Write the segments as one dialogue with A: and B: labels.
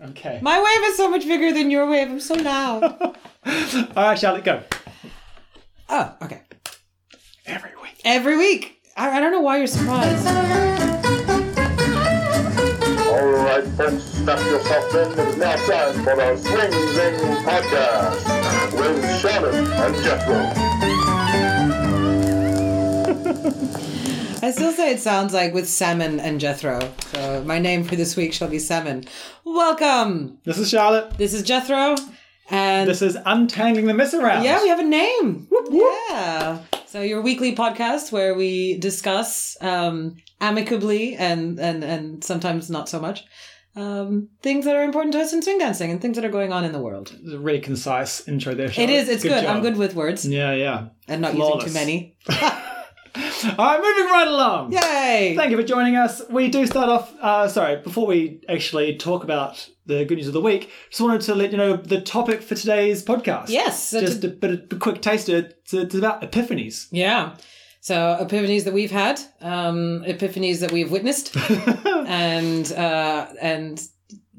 A: Okay.
B: My wave is so much bigger than your wave. I'm so loud.
A: I shall it go.
B: oh, okay.
A: Every week.
B: Every week. I, I don't know why you're surprised.
C: All right, folks, strap yourself in. It's now time for the Swing Zing Podcast with Shannon and Jethro.
B: I still say it sounds like with Salmon and Jethro. So my name for this week shall be Salmon. Welcome.
A: This is Charlotte.
B: This is Jethro. And
A: This is Untangling the Mess Around.
B: yeah, we have a name. Yeah. So your weekly podcast where we discuss um, amicably and, and, and sometimes not so much um, things that are important to us in swing dancing and things that are going on in the world.
A: It's a really concise intro there,
B: It
A: Charlotte.
B: is. It's good. I'm
A: job.
B: good with words
A: Yeah, yeah.
B: and not using
A: Flawless.
B: too many.
A: All right, moving right along.
B: Yay!
A: Thank you for joining us. We do start off, uh, sorry, before we actually talk about the good news of the week, just wanted to let you know the topic for today's podcast.
B: Yes, so
A: Just a bit of a quick taster. It's, it's about epiphanies.
B: yeah. So epiphanies that we've had, um, epiphanies that we've witnessed,
A: yeah,
B: and uh, and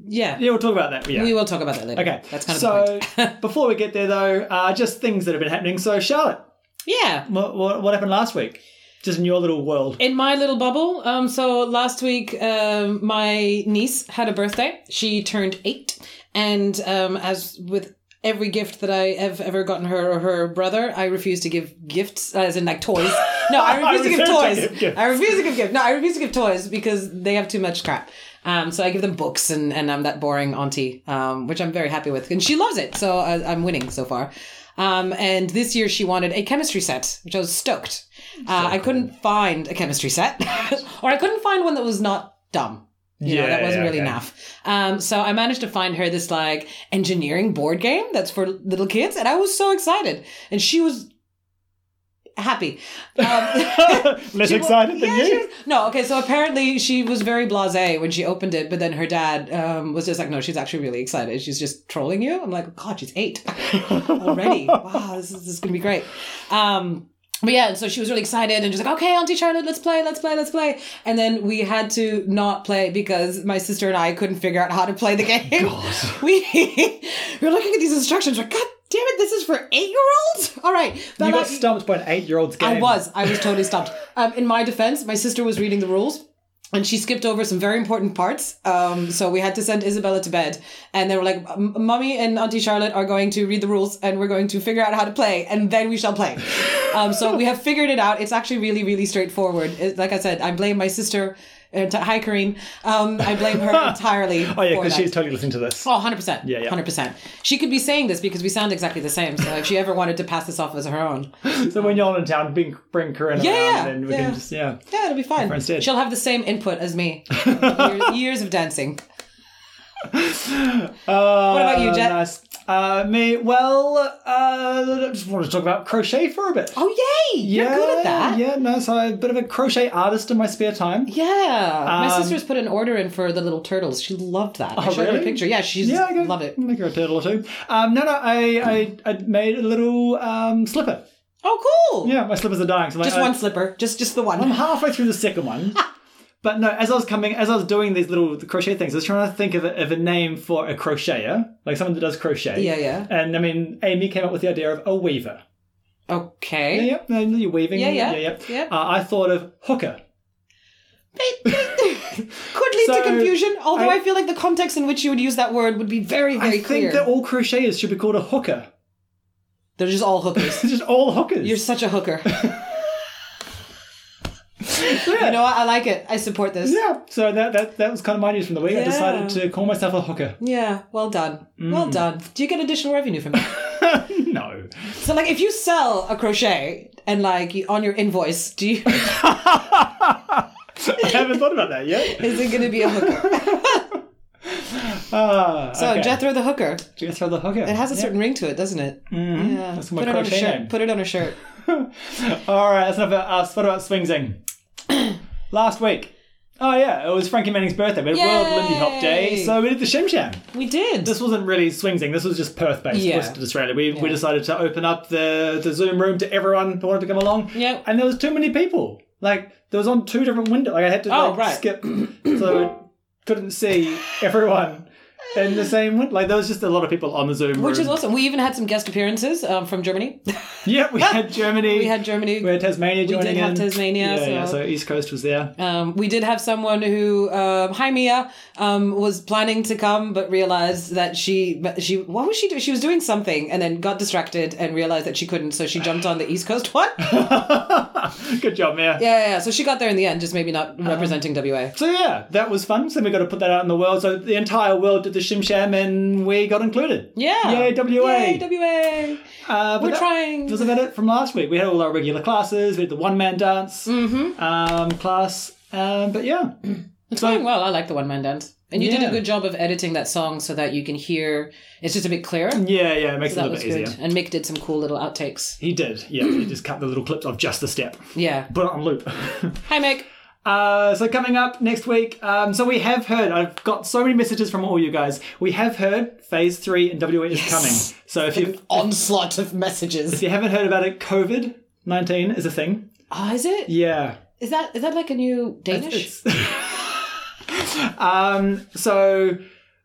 B: yeah,
A: we'll talk about that. Yeah.
B: we will talk about that later.
A: Okay.
B: that's kind of the
A: so.
B: point.
A: before we get there, though, uh, just things that have been happening. So, Charlotte,
B: Yeah.
A: what, what, what happened last week? Just in your little world.
B: in my little bubble um so last week um my niece had a birthday she turned eight and um as with every gift that i have ever gotten her or her brother i refuse to give gifts as in like toys no i refuse to
A: refuse
B: give
A: to
B: toys
A: give gifts.
B: i refuse to give gifts no i refuse to give toys because they have too much crap um, so I give them books, and, and I'm that boring auntie, um, which I'm very happy with, and she loves it. So I, I'm winning so far. Um, and this year she wanted a chemistry set, which I was stoked. Uh, I couldn't find a chemistry set, or I couldn't find one that was not dumb. You know, that
A: Yeah,
B: wasn't
A: yeah,
B: really
A: okay.
B: enough. Um, so I managed to find her this like engineering board game that's for little kids, and I was so excited, and she was happy. Um,
A: Less
B: She wa-
A: excited than
B: yeah, she
A: you.
B: was- no, okay, so apparently she was very blasé when she opened it, but then her dad um, was just like, no, she's actually really excited. She's just trolling you. I'm like, God, she's eight already. wow, this is, this is going to be great. Um, but yeah, so she was really excited and just like, okay, Auntie Charlotte, let's play, let's play, let's play. And then we had to not play because my sister and I couldn't figure out how to play the game. We, we were looking at these instructions, like, God damn it, this is for eight year olds? All right.
A: you
B: Bella,
A: got stumped by an eight-year-old's game.
B: I was. I was totally stumped. Um, in my defense, my sister was reading the rules. And she skipped over some very important parts. Um, so we had to send Isabella to bed. And they were like, "M- Mummy and Auntie Charlotte are going to read the rules and we're going to figure out how to play and then we shall play. um, so we have figured it out. It's actually really, really straightforward. It, like I said, I blame my sister. Uh, t- hi, Karine. Um, I blame her entirely.
A: Oh yeah,
B: for
A: because
B: that.
A: she's totally listening to this.
B: Oh, 100%.
A: Yeah, yeah.
B: 100%. She could be saying this because we sound exactly the same. So if she ever wanted to pass this off as her own,
A: So when you're on in town, bring bring Corinne
B: Yeah,
A: around,
B: yeah,
A: and we
B: yeah.
A: can just yeah.
B: Yeah, it'll be fine.
A: friends did.
B: She'll have the same input as me. Year- years of dancing.
A: Uh,
B: What about you, Jet?
A: Nice. Uh, me, well, uh, I just want to talk about crochet for a bit.
B: Oh yay! You're
A: yeah,
B: good at that. Yeah.
A: Yeah, no, so I'm a bit of a crochet artist in my spare time.
B: My
A: Um,
B: sister's put an order in for the little turtles. She loved that. I
A: Oh,
B: showed her a
A: really?
B: picture. Yeah, she's
A: Yeah, I go,
B: loved it.
A: Make her a turtle or two. Um, no, no, I, I, I made a little um, slipper.
B: Oh cool.
A: Yeah, my slippers are dying. So I'm like,
B: Just
A: I-
B: one slipper. Just just the
A: I'm
B: one.
A: halfway through the second one. But no, as I was coming, as I was doing these little crochet things, I was trying to think of a, of a name for a crocheter, like someone that does crochet.
B: Yeah, yeah.
A: And I mean, Amy came up with the idea of a weaver. Yeah,
B: Okay.
A: yeah, no, you're weaving.
B: Yeah, yeah.
A: yeah.
B: Yeah.
A: Uh, I thought of hooker.
B: Could lead to
A: So,
B: confusion, although I,
A: I-
B: feel like the context in which you would use that word would be very,
A: I
B: very
A: think
B: clear.
A: that all crocheters should be called a hooker.
B: They're just all hookers.
A: It's just all hookers.
B: You're such a hooker.
A: yeah.
B: You know what? I like it. I support this.
A: yeah. So that, that that was kind of my news from the week. I
B: Yeah.
A: decided to call myself a hooker.
B: Yeah, well done. Well
A: Mm.
B: done. Do you get additional revenue from that?
A: no.
B: So, like, if you sell a crochet and like you, on your invoice, do you
A: I haven't thought about that yet.
B: is it going to be a hooker?
A: Uh,
B: So
A: okay.
B: Jethro the hooker.
A: Jethro the hooker.
B: It has a certain ring to it, doesn't it? Mm-hmm. Yeah.
A: That's my
B: Put it on a
A: crochet
B: shirt.
A: name.
B: Put it on a shirt.
A: All right, that's enough about us. What about Swing Zing? Last week. Oh, yeah, it was Frankie Manning's birthday. We had World
B: Yay!
A: Lindy Hop Day, so we did the Shim Sham.
B: We did.
A: This wasn't really Swing Zing, this was just Perth based,
B: Yeah.
A: Western Australia. We, we decided to open up the, the Zoom room to everyone who wanted to come along.
B: Yep.
A: And there was too many people. Like, there was on two different windows. Like, I had to
B: Oh,
A: like,
B: right.
A: skip, so I couldn't see everyone. in the same one. Like there was just a lot of people on the Zoom
B: Which
A: room.
B: is awesome. We even had some guest appearances um, from Germany.
A: yeah, we had Germany.
B: we had Germany.
A: we had Tasmania
B: did
A: joining
B: have
A: in.
B: Tasmania,
A: Yeah, yeah.
B: so-
A: So East Coast was there.
B: Um, we did have someone who, uh, hi Mia, um, was planning to come but realized that she, but she, what was she doing? She was doing something and then got distracted and realized that she couldn't, so she jumped on the East Coast one. yeah,
A: Good job, Mia.
B: yeah, yeah. So she got there in the end, just maybe not
A: Uh-huh.
B: representing WA.
A: So yeah, that was fun. So we got to put that out in the world. So the entire world did the shim sham, and we got included.
B: Yeah.
A: Yay, WA.
B: Yay, WA.
A: Uh, but
B: We're
A: that
B: trying.
A: Was about it from last week. We had all our regular classes. We had the one man dance
B: Mm-hmm.
A: um, class. Um, but yeah,
B: It's going well. I like the one man dance. And you did
A: Yeah.
B: a good job of editing that song so that you can hear, it's just a bit clearer.
A: yeah, yeah, it makes it a
B: That
A: little
B: was
A: bit easier.
B: good. And Mick did some cool little outtakes.
A: He did. Yeah, he just cut the little clips of just the step.
B: Yeah.
A: Put it on loop.
B: Hi, Mick.
A: Uh, so coming up next week, um, so we have heard. I've got so many messages from all you guys. We have heard Phase Three in WA is coming. So if you
B: Onslaught of messages.
A: if you haven't heard about it, COVID nineteen is a thing.
B: Ah, is it?
A: Yeah.
B: Is that is that like a new Danish?
A: It's- um, so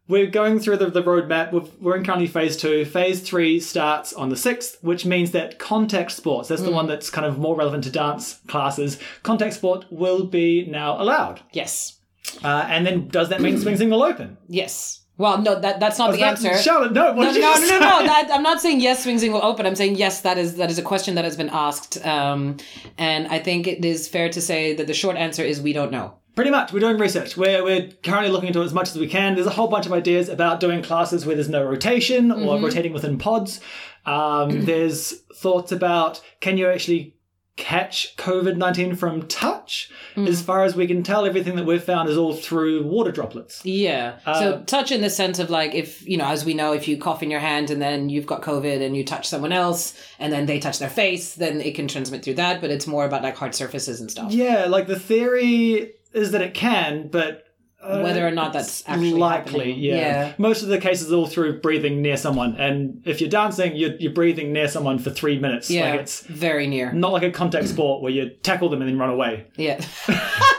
A: we're going through the, the roadmap. We've, we're in currently phase two. Phase three starts on the 6th, which means that contact sports, that's the
B: Hmm.
A: one that's kind of more relevant to dance classes, contact sport will be now allowed.
B: yes.
A: Uh, and then does that mean swing single open?
B: Yes. Well, no, that that's not the
A: That's-
B: answer.
A: Charlotte, no, what
B: no,
A: did you
B: no, no,
A: just say?
B: no, no. That, I'm not saying yes, swing will open. I'm saying yes. That is that is a question that has been asked, um, and I think it is fair to say that the short answer is we don't know.
A: Pretty much, we're doing research. We're, we're currently looking into it as much as we can. There's a whole bunch of ideas about doing classes where there's no rotation or
B: Mm-hmm.
A: rotating within pods. Um, there's thoughts about can you actually catch COVID 19 from touch?
B: Mm.
A: As far as we can tell, everything that we've found is all through water droplets.
B: Yeah.
A: Um,
B: so touch in the sense of like if you know, as we know, if you cough in your hand and then you've got COVID and you touch someone else and then they touch their face, then it can transmit through that. But it's more about like hard surfaces and stuff.
A: Yeah, like the theory is that it can, but. uh,
B: Whether or not that's actually
A: likely,
B: happening.
A: yeah. Most of the cases are all through breathing near someone, and if you're dancing, you're, you're breathing near someone for three minutes.
B: Yeah.
A: like it's
B: very near.
A: Not like a
B: Mm.
A: contact sport where you tackle them and then run away.
B: Yeah.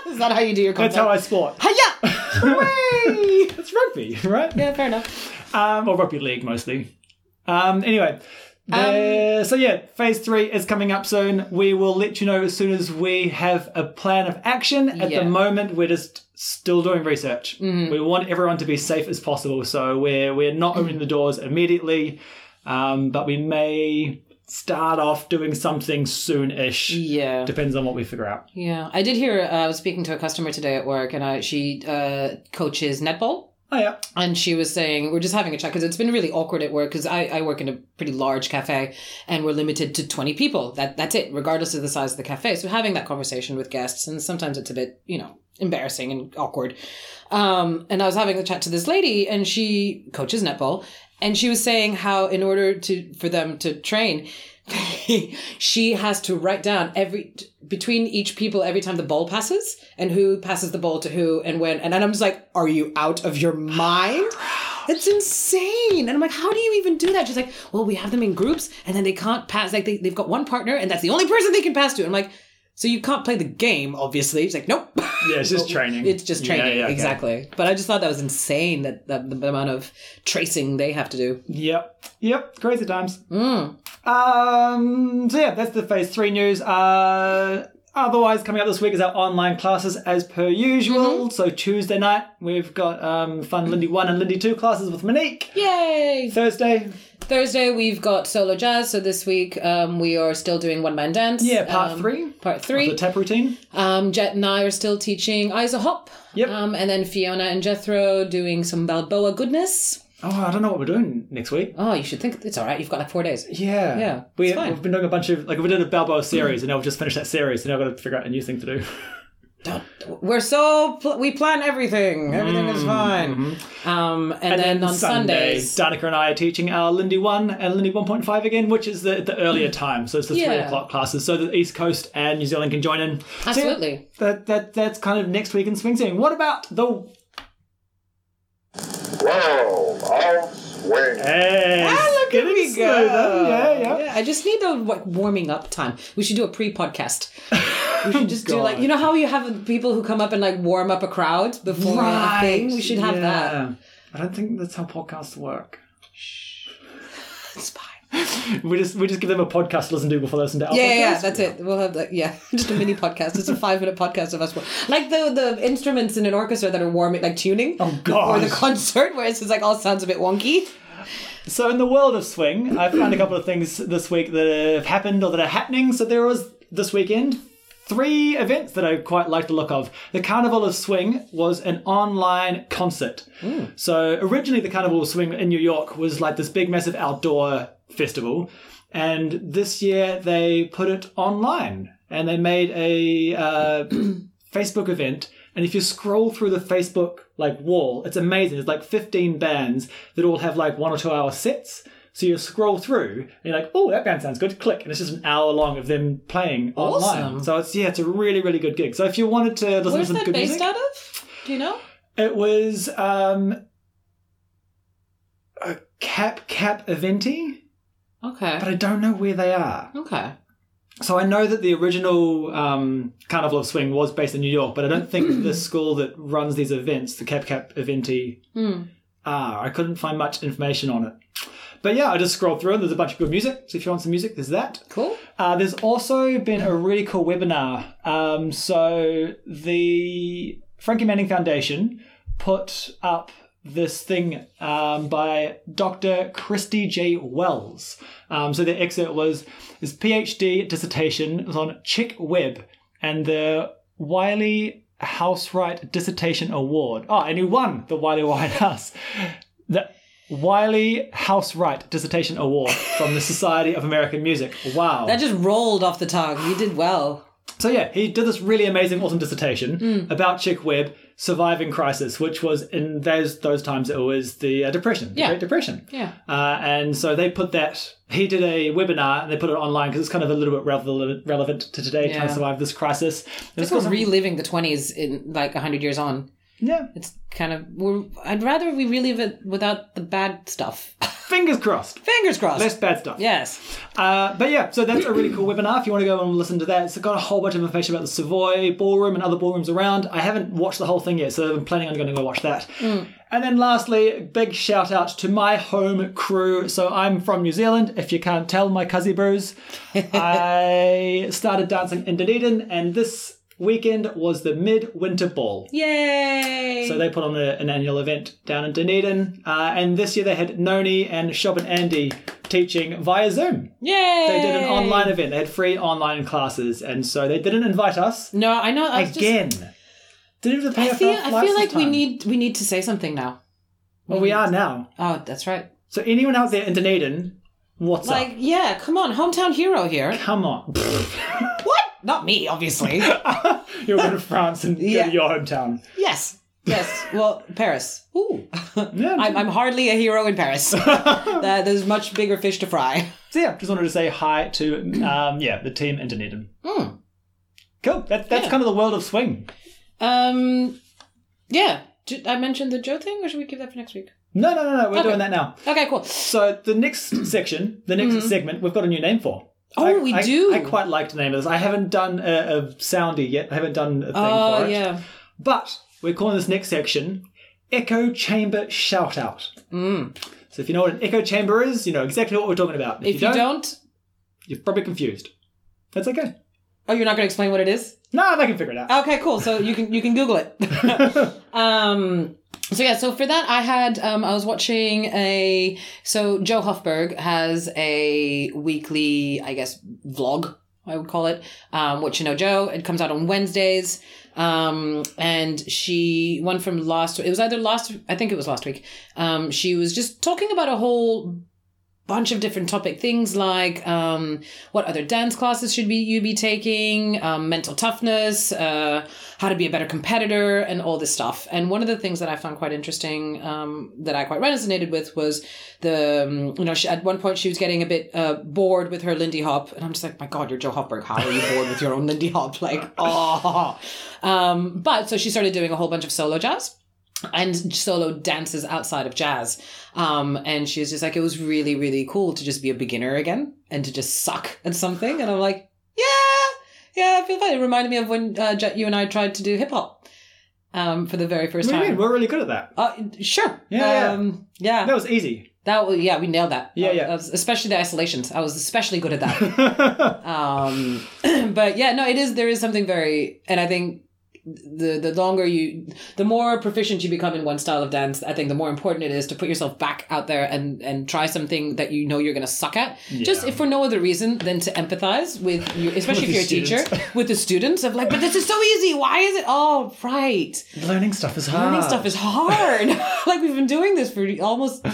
B: Is that how you do your
A: That's
B: contact?
A: how I sport.
B: Hiya!
A: it's rugby, right?
B: yeah, fair enough.
A: Um, or rugby league mostly. Um, anyway, there- so yeah, phase three is coming up soon. We will let you know as soon as we have a plan of action. At
B: Yeah. Mm-hmm.
A: the moment, we're just still doing research. We want everyone to be safe as possible, so we're we're not opening
B: Mm-hmm.
A: the doors immediately, um, but we may start off doing something soon-ish.
B: Yeah.
A: Depends on what we figure out.
B: Yeah. I did hear, uh, I was speaking to a customer today at work, and I, she uh, coaches netball.
A: Oh yeah.
B: and she was saying we're just having a chat because it's been really awkward at work because I, I work in a pretty large cafe and we're limited to 20 people that that's it regardless of the size of the cafe so having that conversation with guests and sometimes it's a bit you know embarrassing and awkward um, and i was having a chat to this lady and she coaches netball and she was saying how in order to for them to train she has to write down every t- between each people every time the ball passes and who passes the ball to who and when and then i'm just like are you out of your mind it's insane and i'm like how do you even do that she's like well we have them in groups and then they can't pass like they, they've got one partner and that's the only person they can pass to i'm like so you can't play the game obviously she's like nope
A: Yeah, it's just training.
B: it's just
A: Yeah,
B: training
A: yeah, okay.
B: exactly but i just thought that was insane that, that the amount of tracing they have to do
A: Yep. Yep. Crazy times.
B: Mm.
A: Um, so yeah, that's the phase three news. Uh, otherwise, coming up this week is our online classes as per
B: Mm-hmm.
A: usual. So Tuesday night we've got um, fun Lindy one and Lindy two classes with Monique.
B: yay
A: Thursday,
B: Thursday we've got solo jazz. So this week um, we are still doing one man dance.
A: yeah, part
B: Um,
A: three,
B: Part
A: the
B: three.
A: tap routine.
B: Um, Jet and I are still teaching Isa Hop.
A: Yep.
B: Um, and then Fiona and Jethro doing some Balboa goodness.
A: Oh, I don't know what we're doing next week.
B: Oh, you should think it's all right. You've got like four days.
A: Yeah,
B: Yeah,
A: We,
B: it's fine.
A: we've been doing a bunch of like we did a Balboa series, and now we've just finished that series, and now I've got to figure out a new thing to do.
B: We're so pl- we plan everything. Everything is fine.
A: Mm-hmm.
B: Um, and, then, on Sundays.
A: Danica and I are teaching our Lindy 1 and Lindy 1.5 again, which is the, the earlier time. So it's the 3
B: Hmm. Yeah.
A: o'clock classes. So the East Coast and New Zealand can join in. So yeah,
B: Absolutely.
A: that, that, that's kind of next week in Swing Sing. What about the.
C: World of Swing.
A: Hey!
B: Ah, look at
A: getting
B: me
A: slow,
B: go.
A: though. Yeah, yeah.
B: I just need a like, warming up time. We should do a pre-podcast. We should just do like
A: Oh, God.
B: you know how you have people who come up and like warm up a crowd before a thing. We should have that.
A: I don't think that's how podcasts work.
B: It's fine.
A: We just we just give them a podcast to listen to before they listen to our
B: Yeah, yeah, yeah,
A: podcast.
B: that's it. We'll have like yeah, just a mini podcast. It's a five minute podcast of us, like the the instruments in an orchestra that are warming, like tuning,
A: Oh god.
B: or the concert where it's just like all sounds a bit wonky.
A: So, in the world of swing, I found a couple of things this week that have happened or that are happening. So, there was this weekend three events that I quite like the look of. The Carnival of Swing was an online concert. So, originally, the Carnival of Swing in New York was like this big, massive outdoor festival. And this year, they put it online and they made a uh, Facebook event, and if you scroll through the Facebook like wall, it's amazing. There's like 15 bands that all have like one or two hour sets. So you scroll through and you're like, oh, that band sounds good. Click, and it's just an hour long of them playing online.
B: Awesome.
A: So it's yeah, it's a really really good gig. So if you wanted to listen
B: Where's
A: to some
B: that
A: good
B: based
A: music,
B: out of? Do you know?
A: it was um, a Cap Cap Eventi, but
B: Okay.
A: I don't know where they are.
B: Okay.
A: So I know that the original um, Carnival of Swing was based in New York, but I don't think the school that runs these events, the Cap Cap Eventi,
B: Hmm.
A: are. I couldn't find much information on it. But yeah, I just scrolled through and there's a bunch of good music. So if you want some music, there's that.
B: Cool.
A: Uh, there's also been a really cool webinar. Um, so the Frankie Manning Foundation put up this thing um, by Dr. Christy J. Wells. Um, so the excerpt was his PhD dissertation was on Chick Webb and the Wiley Housewright Dissertation Award. Oh, and he won the Wiley White House. The Wiley Housewright Dissertation Award from the Society of American Music. Wow.
B: That just rolled off the tongue. You did well.
A: So yeah, he did this really amazing, awesome dissertation
B: Mm.
A: about Chick Webb surviving crisis, which was in those those times it was the uh, depression, the
B: Yeah.
A: Great Depression.
B: Yeah.
A: Uh, and so they put that. He did a webinar and they put it online because it's kind of a little bit relevant, relevant to today, trying to
B: Yeah.
A: survive this crisis.
B: It's called reliving the twenties in like hundred years on.
A: yeah,
B: It's kind of. We're, I'd rather we relive it without the bad stuff.
A: fingers crossed.
B: Fingers crossed.
A: Less bad stuff.
B: yes.
A: Uh, but yeah, so that's a really cool webinar. If you want to go and listen to that, it's got a whole bunch of information about the Savoy Ballroom and other ballrooms around. I haven't watched the whole thing yet, so I'm planning on going to go watch that. And then lastly, big shout out to my home crew. So I'm from New Zealand. If you can't tell, my cuzzy bros. I started dancing in Dunedin, and this weekend was the Midwinter Ball.
B: Yay.
A: So they put on a, an annual event down in Dunedin, uh, and this year they had Noni and Shop and Andy teaching via Zoom.
B: Yay.
A: They did an online event. They had free online classes, and so they didn't invite us
B: No, I know. I was just-
A: again. Didn't even pay
B: I
A: us
B: feel,
A: our
B: I
A: flights
B: feel
A: this
B: like we
A: time.
B: need we need to say something now.
A: Well, we are now.
B: Oh, that's right.
A: So anyone out there in Dunedin, what's
B: Like,
A: up?
B: yeah, come on, hometown hero here.
A: Come on,
B: What? Not me, obviously.
A: you're going to France and go
B: Yeah.
A: to your hometown.
B: yes, yes. Well, Paris. Ooh, I'm,
A: Yeah,
B: I'm hardly a hero in Paris. Uh, there's much bigger fish to fry.
A: so yeah, just wanted to say hi to um, yeah the team in Dunedin.
B: Hmm.
A: Cool. That, that's
B: Yeah.
A: kind of the world of swing.
B: Um, yeah. Did I mention the Joe thing, or should we keep that for next week?
A: No, no, no, no. We're
B: Okay.
A: doing that now.
B: Okay, cool.
A: So the next section, the next
B: Mm-hmm.
A: segment, we've got a new name for.
B: Oh,
A: I-
B: we
A: I-
B: do.
A: I quite like the name of this. I haven't done a, a soundy yet. I haven't done a thing
B: Oh
A: for it.
B: yeah.
A: But we're calling this next section Echo Chamber Shout Out.
B: Mm.
A: So if you know what an echo chamber is, you know exactly what we're talking about.
B: If, you don't,
A: you're probably confused. That's okay.
B: oh, you're not going to explain what it is.
A: No, they can figure it out.
B: Okay, cool. So you can you can Google it. Um, so yeah, so for that I had um, I was watching a so Joe Hofberg has a weekly I guess vlog I would call it um, what you know Joe. It comes out on Wednesdays, um, and she one from last it was either last I think it was last week. Um, she was just talking about a whole bunch of different topic things like um, what other dance classes should be you be taking, um, mental toughness, uh, how to be a better competitor, and all this stuff. And one of the things that I found quite interesting um, that I quite resonated with was the um, you know she, at one point she was getting a bit uh, bored with her Lindy Hop, and I'm just like, my God, you're Joe Hopberg. How are you bored with your own Lindy Hop? Like, oh. Um, but so she started doing a whole bunch of solo jazz and solo dances outside of jazz. Um, and she was just like, it was really, really cool to just be a beginner again and to just suck at something. And I'm like, yeah, yeah, I feel fine. It reminded me of when uh, Jet, you and I tried to do hip hop. um, for the very first
A: What do you mean?
B: time.
A: We're really good at that.
B: Uh, sure.
A: Yeah, yeah.
B: Um, yeah.
A: That was easy.
B: That was, yeah, we nailed that.
A: Yeah,
B: Uh,
A: yeah.
B: uh, Especially the isolations. I was especially good at that.
A: yeah,
B: um, but yeah, no, it is. There is something very, and I think the the longer you, the more proficient you become in one style of dance. I think the more important it is to put yourself back out there and and try something that you know you're going to suck at. Just
A: Yeah.
B: if for no other reason than to empathize with your, especially
A: With
B: if
A: the
B: you're a teacher, with the students of like, but this is so easy. Why is it? Oh, right.
A: learning stuff is hard.
B: Learning stuff is hard. like we've been doing this for almost.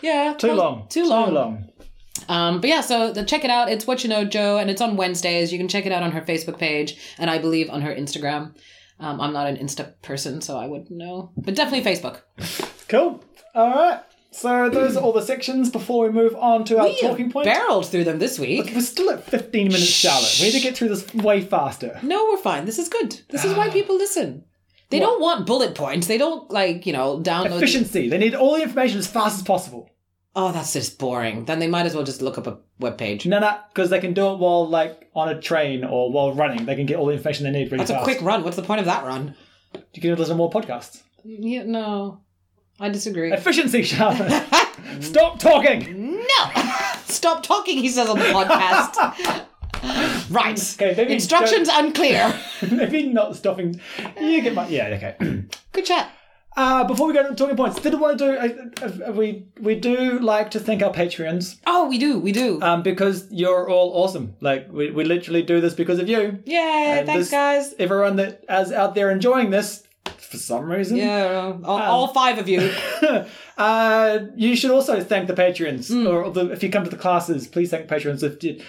B: Yeah,
A: too
B: close-
A: long.
B: Too long.
A: Too long.
B: Um, but yeah, so the, check it out. It's What You Know Joe, and it's on Wednesdays. You can check it out on her Facebook page, and I believe on her Instagram. Um, I'm not an Insta person, so I wouldn't know, but definitely Facebook.
A: Cool. All right. So those are all the sections before we move on to our
B: We
A: talking point.
B: barreled through them this week.
A: We're still at 15 minutes, Charlotte. We need to get through this way faster.
B: No, we're fine. This is good. This is
A: Ah.
B: why people listen. They don't want bullet points. They don't like you know download.
A: Efficiency. They need all the information as fast as possible.
B: Oh, that's just boring. Then they might as well just look up a web page.
A: No, no, because they can do it while like on a train or while running. They can get all the information they need really
B: That's a
A: fast.
B: quick run. What's the point of that run?
A: You can listen to more podcasts.
B: Yeah, no, I disagree.
A: Efficiency, Charlotte. Stop talking.
B: No! Stop talking, he says on the podcast. right.
A: Okay, maybe
B: Instructions unclear.
A: Maybe not stopping. You get my yeah. Okay.
B: Good chat.
A: Uh, before we go to talking points, did want to do uh, uh, we we do like to thank our Patreons
B: Oh, we do, we do.
A: um, because you're all awesome. Like we, we literally do this because of you.
B: Yay,
A: and
B: thanks,
A: Uh, this-
B: guys.
A: Everyone that is out there enjoying this for some reason.
B: Yeah, all,
A: Um,
B: all five of you.
A: Uh, you should also thank the patrons,
B: Hmm.
A: or the, if you come to the classes, please thank patrons. If you,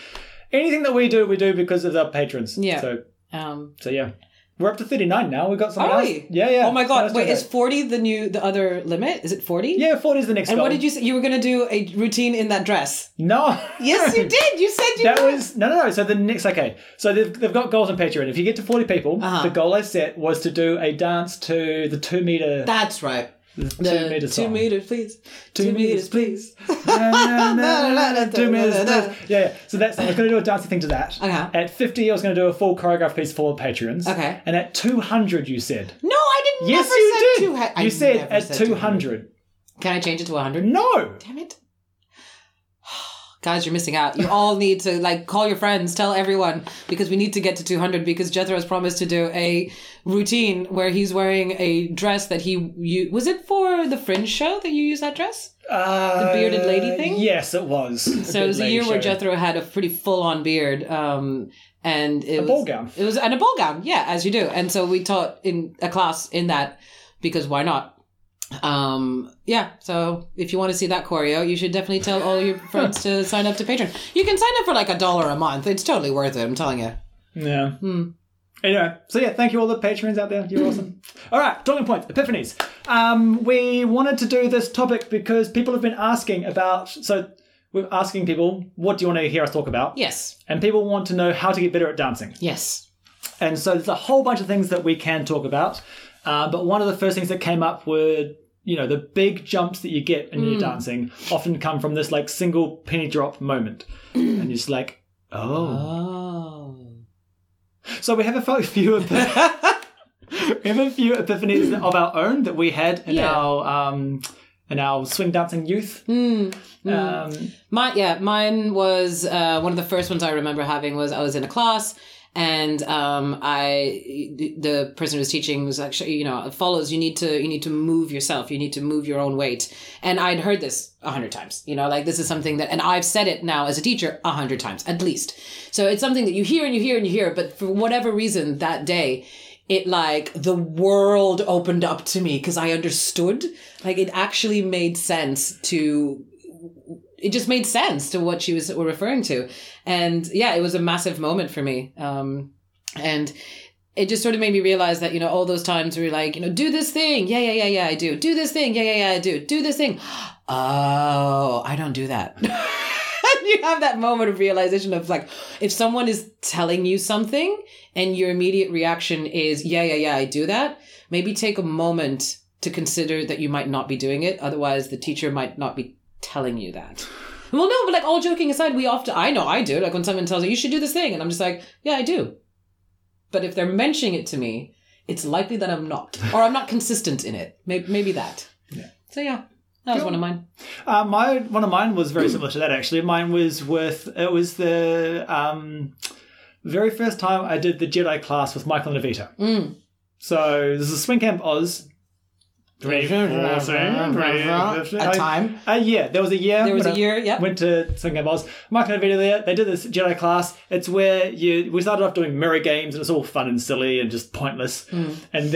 A: anything that we do, we do because of our patrons.
B: Yeah.
A: So
B: Um,
A: so yeah, we're up to thirty nine now. We got something
B: are
A: else.
B: we?
A: Yeah, yeah.
B: Oh my
A: Someone
B: god,
A: else
B: wait,
A: do
B: is
A: that.
B: 40 the new, the other limit? Is it 40?
A: yeah, forty is the next.
B: And what
A: goal.
B: did you say? You were going to do a routine in that dress.
A: No.
B: Yes, you did. You said you
A: That
B: would.
A: was no, no, no. So the next, okay. So they've, they've got goals on Patreon. If you get to forty people,
B: Uh-huh.
A: the goal I set was to do a dance to the two meter,
B: That's right.
A: the two
B: The
A: meter
B: two
A: song.
B: meters, please.
A: Two
B: Two
A: meters,
B: meters, please.
A: Na, na, na, na, na, two meters,
B: Na, na, na, na.
A: please. Yeah, yeah. So that's I was going to do a dancing thing to that.
B: Uh-huh.
A: At fifty, I was going to do a full choreograph piece for the patrons.
B: Okay.
A: And at two hundred, you said.
B: No, I didn't.
A: Yes,
B: never
A: you
B: said
A: did.
B: Two, hu- I
A: you said
B: never
A: at
B: said
A: two hundred.
B: Can I change it to 100?
A: No.
B: Damn it. Guys, you're missing out. You all need to like call your friends, tell everyone because we need to get to 200 because Jethro has promised to do a routine where he's wearing a dress that he you was it for the Fringe show that you used that dress?
A: Uh, the
B: bearded lady thing?
A: Yes, it was.
B: So it was a year where
A: just
B: Jethro had a pretty full-on beard um and it
A: a
B: was
A: ball gown.
B: It was and a ball gown, yeah, as you do. And so we taught in a class in that because why not? Um, yeah. So if you want to see that choreo, you should definitely tell all your friends to sign up to Patreon. You can sign up for like a dollar a month. It's totally worth it. I'm telling you.
A: Yeah. Anyway, so yeah, thank you all the patrons out there. You're awesome. All right, talking points, epiphanies. Um, we wanted to do this topic because people have been asking about. So we're asking people, what do you want to hear us talk about?
B: Yes.
A: And people want to know how to get better at dancing.
B: Yes.
A: And so there's a whole bunch of things that we can talk about. Uh, but one of the first things that came up were, you know, the big jumps that you get in your dancing often come from this like single penny drop moment. and you're just like, oh.
B: Oh.
A: So we have a fo- few of the. We have a few epiphanies of our own that we had in
B: Mm. Yeah. Mm.
A: our um, in our swing dancing youth.
B: Hmm.
A: Um,
B: My yeah, mine was uh, one of the first ones I remember having was I was in a class and um, I the- the person who was teaching was actually you know it follows you need to you need to move yourself you need to move your own weight and I'd heard this a hundred times you know like this is something that and I've said it now as a teacher a hundred times at least so it's something that you hear and you hear and you hear but for whatever reason that day it like the world opened up to me because I understood like it actually made sense to it just made sense to what she was were referring to and yeah it was a massive moment for me um and it just sort of made me realize that you know all those times we were like you know do this thing yeah yeah yeah yeah i do do this thing yeah yeah yeah i do do this thing oh i don't do that And you have that moment of realization of like if someone is telling you something and your immediate reaction is yeah yeah yeah i do that maybe take a moment to consider that you might not be doing it otherwise the teacher might not be telling you that well no but like all joking aside we often i know i do like when someone tells me you should do this thing and i'm just like yeah i do but if they're mentioning it to me it's likely that I'm not, or I'm not consistent in it. Maybe, maybe that.
A: Yeah.
B: So yeah, that was
A: Cool.
B: one of mine.
A: Uh, my one of mine was very similar to that actually. Mine was with it was the um, very first time I did the Jedi class with Michael Navita.
B: Mm.
A: So this is Swing Camp Oz.
B: A time.
A: Uh, yeah, there was a year.
B: There was
A: when
B: a
A: I
B: year, yep.
A: Went to Swing Camp Oz. Michael Navita there. They did this Jedi class. It's where you we started off doing mirror games and it's all fun and silly and just pointless.
B: Mm.
A: And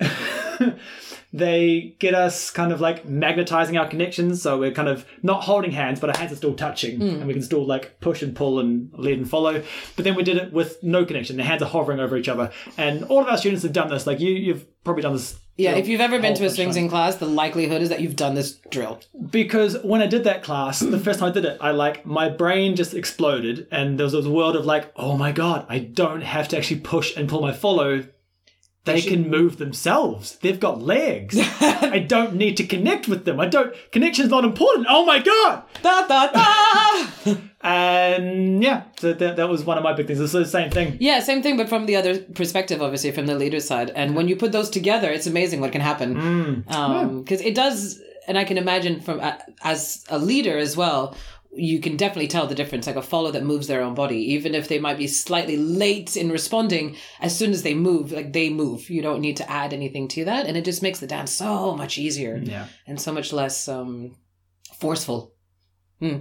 A: then they get us kind of like magnetizing our connections, so we're kind of not holding hands, but our hands are still touching,
B: Mm.
A: and we can still like push and pull and lead and follow. But then we did it with no connection; the hands are hovering over each other, and all of our students have done this. Like you, you've probably done this.
B: Yeah,
A: your
B: if you've ever
A: whole
B: been to a
A: bunch of
B: swings
A: times.
B: in class, the likelihood is that you've done this drill.
A: because when I did that class, the first time I did it, I like my brain just exploded, and there was this world of like, oh my god, I don't have to actually push and pull my follow. They can move themselves. They've got legs. I don't need to connect with them. I don't. Connection's not important. Oh my god!
B: Da da da.
A: And yeah, so that, that was one of my big things. It's the same thing.
B: yeah, same thing, but from the other perspective, obviously, from the leader's side. And when you put those together, it's amazing what can happen. because it does and i can imagine from a as a leader as well you can definitely tell the difference like a follower that moves their own body even if they might be slightly late in responding as soon as they move like they move you don't need to add anything to that and it just makes the dance so much easier
A: Yeah.
B: and so much less um, forceful. Hmm.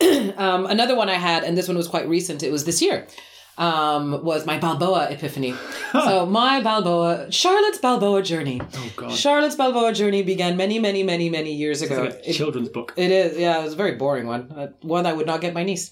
B: um, another one I had, and this one was quite recent. It was this year. Um, was my Balboa epiphany. so my Balboa, Charlotte's Balboa journey.
A: Oh god.
B: Charlotte's Balboa journey began many, many, many, many years ago.
A: It's like a
B: It-
A: children's book.
B: it is, yeah. It was a very boring one. Uh, One I would not get my niece.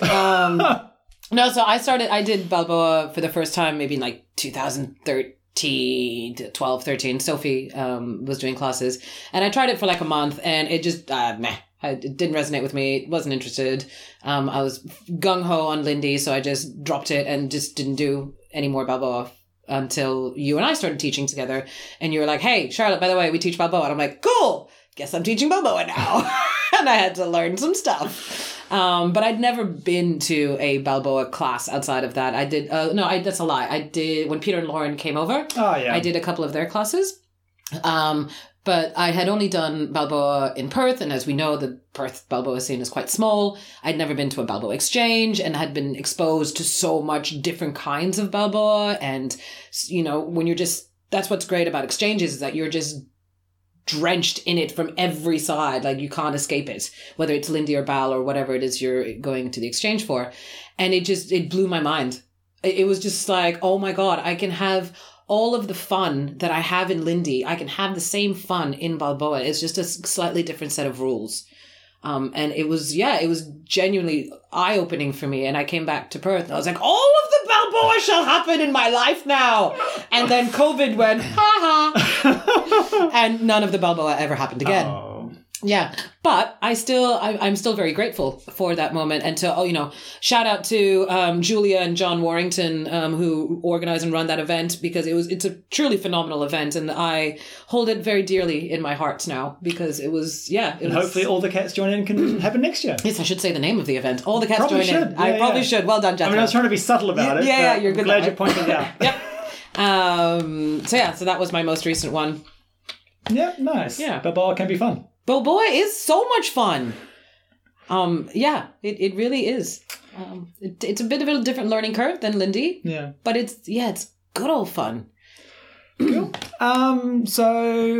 B: Um, no, so I started. I did Balboa for the first time, maybe in like 2013, to 12, 13. Sophie um, was doing classes, and I tried it for like a month, and it just uh, meh. I, it didn't resonate with me. Wasn't interested. Um, I was gung ho on Lindy, so I just dropped it and just didn't do any more Balboa until you and I started teaching together. And you were like, "Hey, Charlotte, by the way, we teach Balboa," and I'm like, "Cool." Guess I'm teaching Balboa now, and I had to learn some stuff. Um, but I'd never been to a Balboa class outside of that. I did uh, no, I, that's a lie. I did when Peter and Lauren came over.
A: Oh yeah.
B: I did a couple of their classes. Um, but I had only done Balboa in Perth, and as we know, the Perth Balboa scene is quite small. I'd never been to a Balboa exchange and had been exposed to so much different kinds of Balboa. And, you know, when you're just, that's what's great about exchanges is that you're just drenched in it from every side. Like you can't escape it, whether it's Lindy or Bal or whatever it is you're going to the exchange for. And it just, it blew my mind. It it was just like, oh my God, I can have all of the fun that I have in Lindy, I can have the same fun in Balboa. It's just a s- slightly different set of rules. Um, and it was, yeah, it was genuinely eye opening for me. And I came back to Perth and I was like, all of the Balboa shall happen in my life now. And then COVID went, ha ha. and none of the Balboa ever happened again.
A: Oh.
B: Yeah, but I still, I, I'm still very grateful for that moment, and to oh, you know, shout out to um, Julia and John Warrington um, who organize and run that event because it was it's a truly phenomenal event, and I hold it very dearly in my heart now because it was yeah, it
A: And
B: was,
A: hopefully all the cats join in can happen next year.
B: yes, I should say the name of the event. All the cats
A: Probably
B: join in.
A: should.
B: I
A: Yeah,
B: probably
A: yeah.
B: should. Well done,
A: I
B: Jethro.
A: mean, I was trying to be subtle about it.
B: Yeah, yeah,
A: but
B: you're
A: I'm
B: good
A: Glad
B: that
A: you
B: way.
A: pointed it out.
B: yep. Um, so yeah, so that was my most recent one.
A: Yeah, nice.
B: Yeah.
A: Balboa can be fun.
B: Balboa is so much fun. Um, yeah, it, it really is. Um, it, it's a bit of a different learning curve than Lindy,
A: Yeah.
B: but it's yeah, it's good old fun.
A: Um. So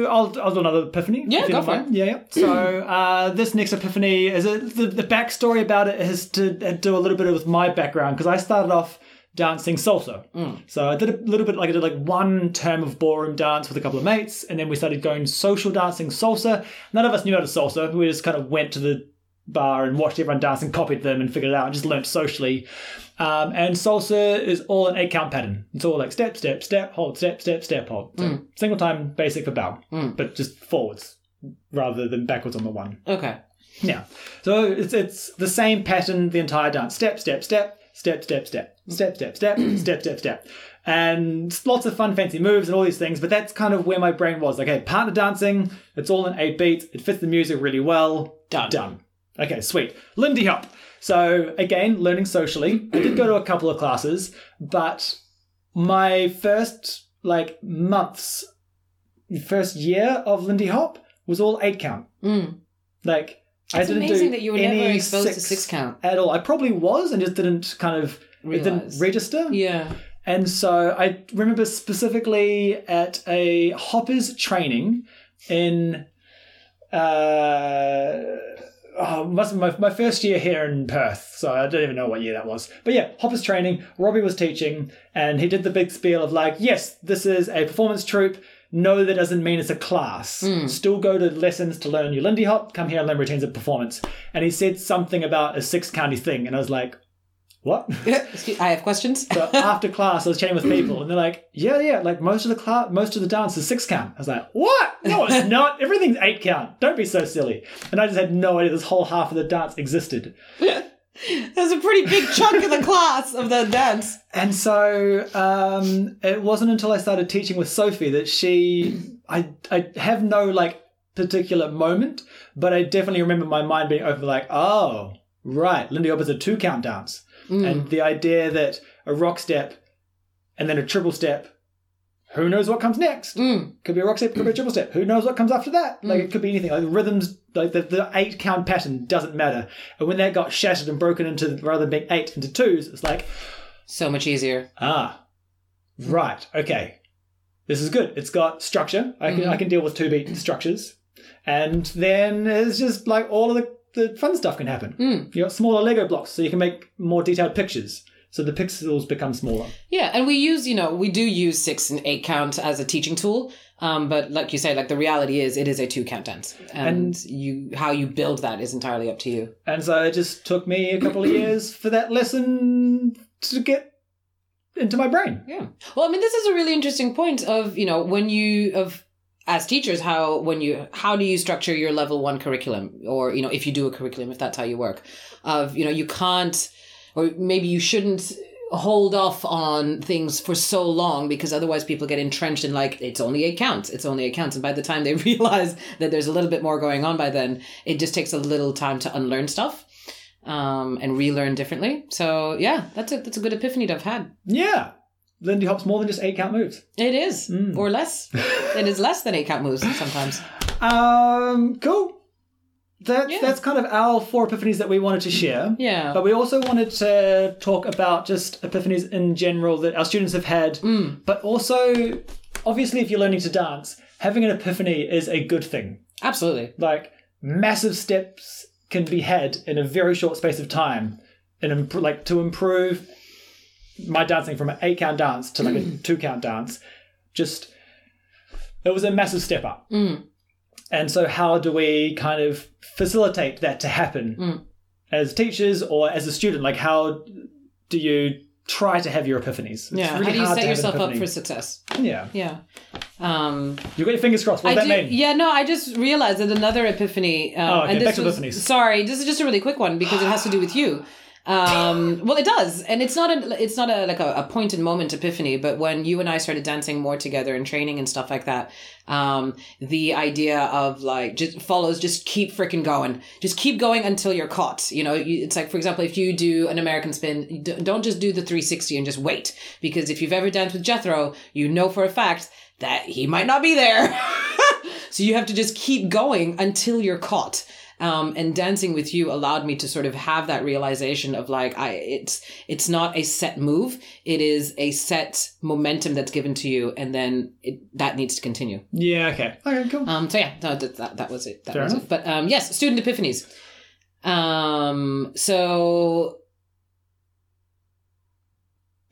A: I'll I'll do another epiphany.
B: Yeah,
A: if you
B: go
A: don't
B: for
A: mind. Yeah, yeah. So uh, this next epiphany is a, the the backstory about it has to do a little bit with my background because I started off dancing salsa.
B: Mm.
A: So I did a little bit like I did like one term of ballroom dance with a couple of mates, and then we started going social dancing salsa. None of us knew how to salsa. We just kind of went to the bar and watched everyone dance and copied them and figured it out and just learnt socially. Um, and salsa is all an eight count pattern. It's all like step, step, step, hold, step, step, step, hold. So Single time basic for bow, but just forwards rather than backwards on the one.
B: Okay.
A: Yeah. So it's it's the same pattern the entire dance. Step, step, step, step, step, step, step, step, step, step, step, step. And lots of fun, fancy moves and all these things, but that's kind of where my brain was. Okay, partner dancing, it's all in eight beats, it fits the music really well.
B: Done.
A: Done. Okay, sweet. Lindy Hop. So again, learning socially. I did go to a couple of classes, but my first like months, first year of Lindy Hop was all eight count.
B: Mm.
A: Like I
B: It's
A: didn't
B: amazing
A: do
B: that you were
A: any
B: never exposed to six count.
A: at all. I probably was and just didn't kind of it didn't
B: Realize.
A: register.
B: Yeah.
A: And so I remember specifically at a hoppers training in uh, oh, must my, my first year here in Perth. So I don't even know what year that was. But yeah, hoppers training. Robbie was teaching, and he did the big spiel of like, yes, this is a performance troupe. No, that doesn't mean it's a class. Still go to lessons to learn your Lindy Hop. Come here and learn routines of performance. And he said something about a six county thing, and I was like, what?
B: Excuse- I have questions.
A: So after class, I was chatting with people, and they're like, "Yeah, yeah, like most of the class, most of the dance is six count." I was like, "What? No, it's not. Everything's eight count. Don't be so silly." And I just had no idea this whole half of the dance existed.
B: There's a pretty big chunk of the class of the dance.
A: And so um, it wasn't until I started teaching with Sophie that she, I, I have no like particular moment, but I definitely remember my mind being open, like, "Oh, right, Lindy Hop is a two count dance," and the idea that a rock step and then a triple step. Who knows what comes next?
B: Mm.
A: Could be a rock step, could be a triple step. Who knows what comes after that? Like it could be anything. Like the rhythms, like the, the eight count pattern doesn't matter. And when that got shattered and broken into rather than being eight into twos, it's like
B: So much easier.
A: ah, right, okay, this is good. It's got structure. I can I can deal with two beat structures, and then it's just like all of the, the fun stuff can happen.
B: Mm.
A: You got smaller Lego blocks, so you can make more detailed pictures. So the pixels become smaller.
B: Yeah, and we use, you know, we do use six and eight count as a teaching tool. Um, but like you say, like the reality is it is a two count dance. And, you how you build that is entirely up to you.
A: And so it just took me a couple of years for that lesson to get into my brain.
B: Yeah. Well, I mean, this is a really interesting point of, you know, when you of as teachers, how when you how do you structure your level one curriculum? Or, you know, if you do a curriculum, if that's how you work. Of, you know, you can't or maybe you shouldn't hold off on things for so long because otherwise people get entrenched in like it's only eight counts it's only eight counts and by the time they realize that there's a little bit more going on by then it just takes a little time to unlearn stuff um, and relearn differently so yeah that's a that's a good epiphany to have had
A: Yeah. Lindy Hop's more than just eight count moves.
B: it is,
A: Hmm.
B: or less. it is less than eight count moves sometimes.
A: Um, cool. That's,
B: Yeah.
A: that's kind of our four epiphanies that we wanted to share.
B: Yeah.
A: But we also wanted to talk about just epiphanies in general that our students have had.
B: Mm.
A: But also, obviously, if you're learning to dance, having an epiphany is a good thing.
B: Absolutely.
A: like massive steps can be had in a very short space of time and imp- like to improve my dancing from an eight count dance to like a
B: Mm.
A: two count dance just it was a massive step up
B: Mm.
A: and so how do we kind of facilitate that to happen
B: Mm.
A: as teachers or as a student like how do you try to have your epiphanies It's
B: Yeah.
A: really
B: How do
A: hard to
B: you set
A: have an
B: yourself up for
A: epiphany.
B: success?
A: yeah
B: Yeah. Um,
A: you got your fingers crossed what does
B: I
A: that
B: do,
A: mean
B: yeah, no, I just realized that another epiphany. Um,
A: Oh, okay,
B: and
A: back
B: this
A: to
B: was,
A: epiphanies.
B: Sorry, this is just a really quick one because it has to do with you. Um, well, it does, and it's not a, it's not a like a, a point and moment epiphany. But when you and I started dancing more together and training and stuff like that, um, the idea of like just follows, just keep freaking going, just keep going until you're caught. You know, you, it's like for example, if you do an American spin, you d- don't just do the 360 and just wait because if you've ever danced with Jethro, you know for a fact that he might not be there. so you have to just keep going until you're caught. Um, and dancing with you allowed me to sort of have that realization of like I it's it's not a set move it is a set momentum that's given to you and then it, that needs to continue
A: yeah okay okay cool
B: um, so yeah no, that, that, that was it that
A: Fair
B: was
A: enough.
B: it but um, yes student epiphanies um, so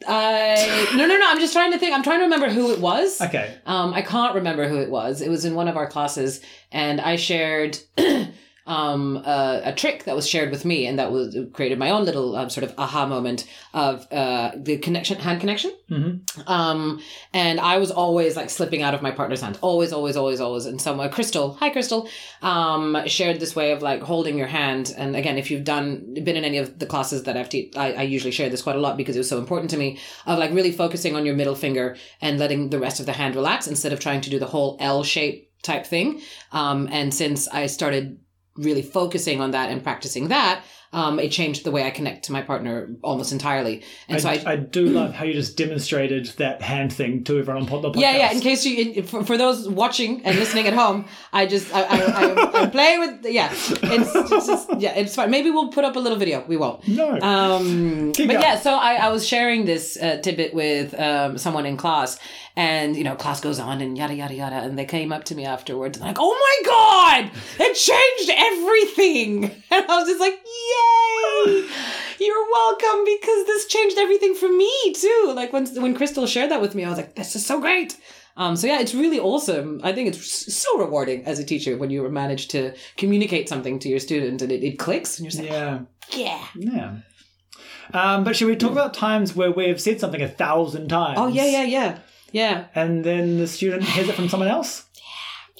B: I no no no I'm just trying to think I'm trying to remember who it was
A: okay
B: um, I can't remember who it was. It was in one of our classes, and I shared um, a, a trick that was shared with me, and that was created my own little um, sort of aha moment of uh, the connection, hand connection.
A: hmm
B: Um, and I was always like slipping out of my partner's hand, always, always, always, always. And somewhere, Crystal, hi Crystal, um, shared this way of like holding your hand. And again, if you've done been in any of the classes that I've te- I, I usually share this quite a lot because it was so important to me of like really focusing on your middle finger and letting the rest of the hand relax instead of trying to do the whole L shape type thing. Um, and since I started really focusing on that and practicing that, um, it changed the way I connect to my partner almost entirely. And so I,
A: I, I do love how you just demonstrated that hand thing to everyone on pod- the podcast.
B: yeah, yeah. In case you, in, for, for those watching and listening at home, I just I, I, I, I play with yeah. It's just, just- yeah, it's fine. Maybe we'll put up a little video. We won't.
A: No.
B: Um,
A: Keep
B: but
A: going.
B: yeah, so I, I was sharing this uh, tidbit with um, someone in class, and you know, class goes on and yada yada yada, and they came up to me afterwards and like, "Oh my god, it changed everything!" And I was just like, "Yay!" You're welcome because this changed everything for me too. Like when when Crystal shared that with me, I was like, "This is so great." Um, so yeah, it's really awesome. I think it's so rewarding as a teacher when you manage to communicate something to your student and it, it clicks and you're just like,
A: yeah.
B: yeah.
A: Yeah. Um, but should we talk about times where we've said something a thousand times?
B: Oh yeah, yeah, yeah, yeah.
A: And then the student hears it from someone else?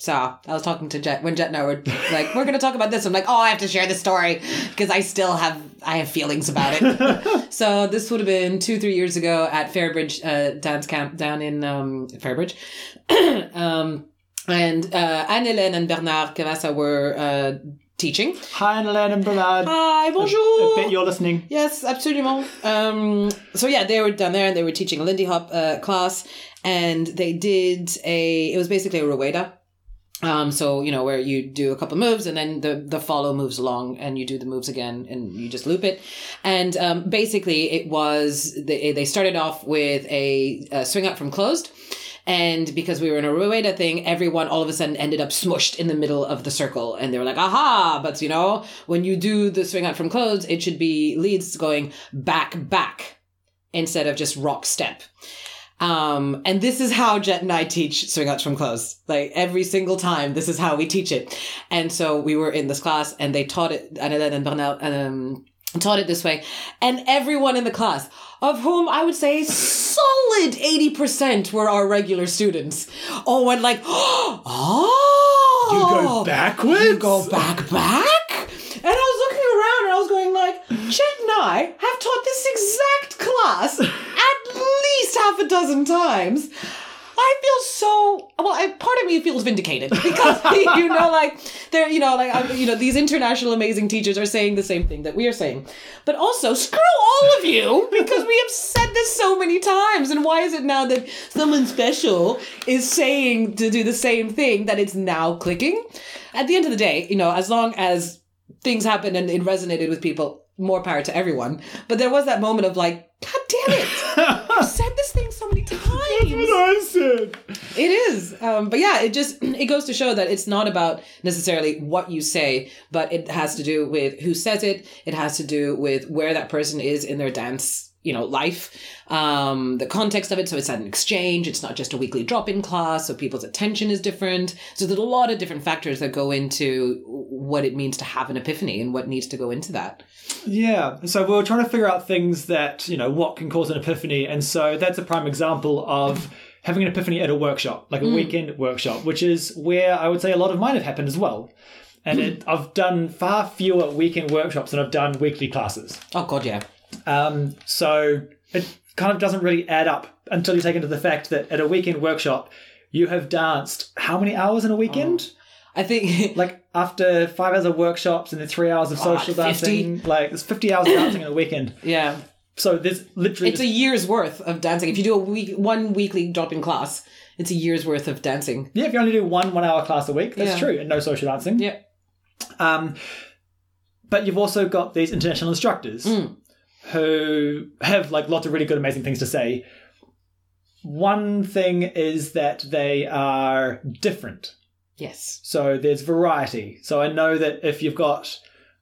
B: So I was talking to Jet when Jet and I were like, "We're gonna talk about this." I'm like, "Oh, I have to share this story because I still have I have feelings about it." so this would have been two, three years ago at Fairbridge uh, dance camp down in um, Fairbridge. um, and uh, Anne-Hélène and Bernard Cavassa were uh, teaching.
A: Hi, Annalan and Bernard.
B: Hi, bonjour.
A: I bet you're listening.
B: Yes, absolutely. Um, so yeah, they were down there and they were teaching a Lindy Hop uh, class, and they did a. It was basically a rueda. Um, so you know where you do a couple of moves and then the the follow moves along and you do the moves again and you just loop it, and um, basically it was they they started off with a, uh swing up from closed, and because we were in a rueda thing, everyone all of a sudden ended up smushed in the middle of the circle. And they were like, aha! But you know, when you do the swing out from clothes, it should be leads going back, back instead of just rock step. Um, and this is how Jet and I teach swing outs from clothes. Like every single time, this is how we teach it. And so we were in this class and they taught it, Annelene and Bernard, um, taught it this way. And everyone in the class, of whom I would say solid 80% were our regular students. Oh, and like, oh!
A: backwards?
B: You go back, back? And I was looking around and I was going like, Chet and I have taught this exact class at least half a dozen times. I feel so well. I, part of me feels vindicated because you know, like they're you know, like I'm, you know, these international amazing teachers are saying the same thing that we are saying, but also screw all of you because we have said this so many times. And why is it now that someone special is saying to do the same thing that it's now clicking? At the end of the day, you know, as long as things happened and it resonated with people, more power to everyone. But there was that moment of like, God damn it! I've said this thing so many times.
A: I said.
B: It is, um, but yeah, it just it goes to show that it's not about necessarily what you say, but it has to do with who says it. It has to do with where that person is in their dance, you know, life, um, the context of it. So it's at an exchange. It's not just a weekly drop in class. So people's attention is different. So there's a lot of different factors that go into what it means to have an epiphany and what needs to go into that.
A: Yeah. So we were trying to figure out things that, you know, what can cause an epiphany. And so that's a prime example of having an epiphany at a workshop, like a weekend workshop, which is where I would say a lot of mine have happened as well. And it, I've done far fewer weekend workshops than I've done weekly classes.
B: Oh God, yeah.
A: Um, so it kind of doesn't really add up until you take into the fact that at a weekend workshop, you have danced how many hours in a weekend?
B: I think
A: Like after five hours of workshops and then three hours of social
B: like 50?
A: dancing, like there's 50 hours of dancing in a weekend.
B: yeah.
A: So there's literally
B: It's a
A: just-
B: year's worth of dancing. If you do a week, one weekly drop in class, it's a year's worth of dancing.
A: yeah, if you only do one one hour class a week, that's
B: Yeah.
A: true, and no social dancing.
B: Yeah.
A: Um, but you've also got these international instructors
B: Mm.
A: who have like lots of really good, amazing things to say. One thing is that they are different.
B: Yes.
A: So there's variety. So I know that if you've got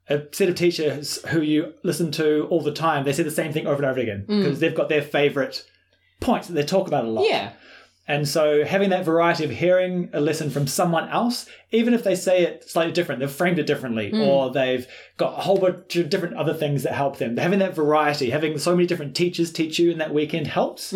A: a set of teachers who you listen to all the time, they say the same thing over and over again
B: Mm.
A: because they've got their favorite points that they talk about a lot.
B: Yeah.
A: And so having that variety of hearing a lesson from someone else, even if they say it slightly different, they've framed it differently,
B: Hmm.
A: or they've got a whole bunch of different other things that help them. Having that variety, having so many different teachers teach you in that
B: Hmm. Mm-hmm.
A: weekend helps.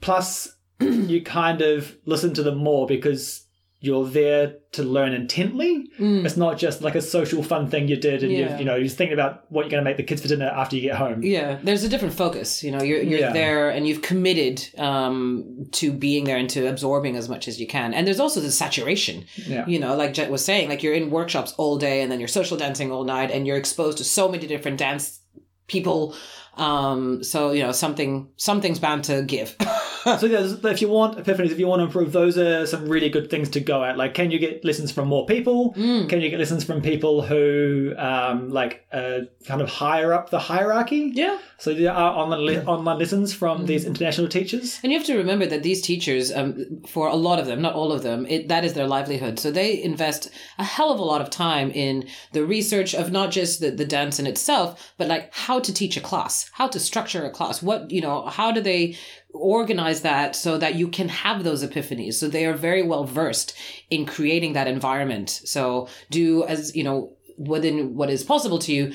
A: Plus, you kind of listen to them more because you're there to learn intently.
B: Mm.
A: It's not just like a social fun thing you did and
B: Yeah.
A: you've, you know, you're just thinking about what you're going to make the kids for dinner after you get home.
B: Yeah, there's a different focus. You know, you're you're
A: Yeah.
B: there and you've committed um, to being there and to absorbing as much as you can. And there's also the saturation.
A: Yeah.
B: You know, like Jet was saying, like you're in workshops all day and then you're social dancing all night and you're exposed to so many different dance people. Um, so you know, something something's bound to give.
A: So yeah, there's- if you want epiphanies, if you want to improve, those are some really good things to go at. Like, can you get lessons from more people?
B: Mm.
A: Can you get lessons from people who, um, like, uh, kind of higher up the hierarchy?
B: yeah. Mm.
A: So there are online le- online lessons from these international teachers.
B: And you have to remember that these teachers, um, for a lot of them, not all of them, it, that is their livelihood. So they invest a hell of a lot of time in the research of not just the, the dance in itself, but like how to teach a class, how to structure a class, what, you know, how do they organize that so that you can have those epiphanies. So they are very well versed in creating that environment. So do as, you know, within what is possible to you,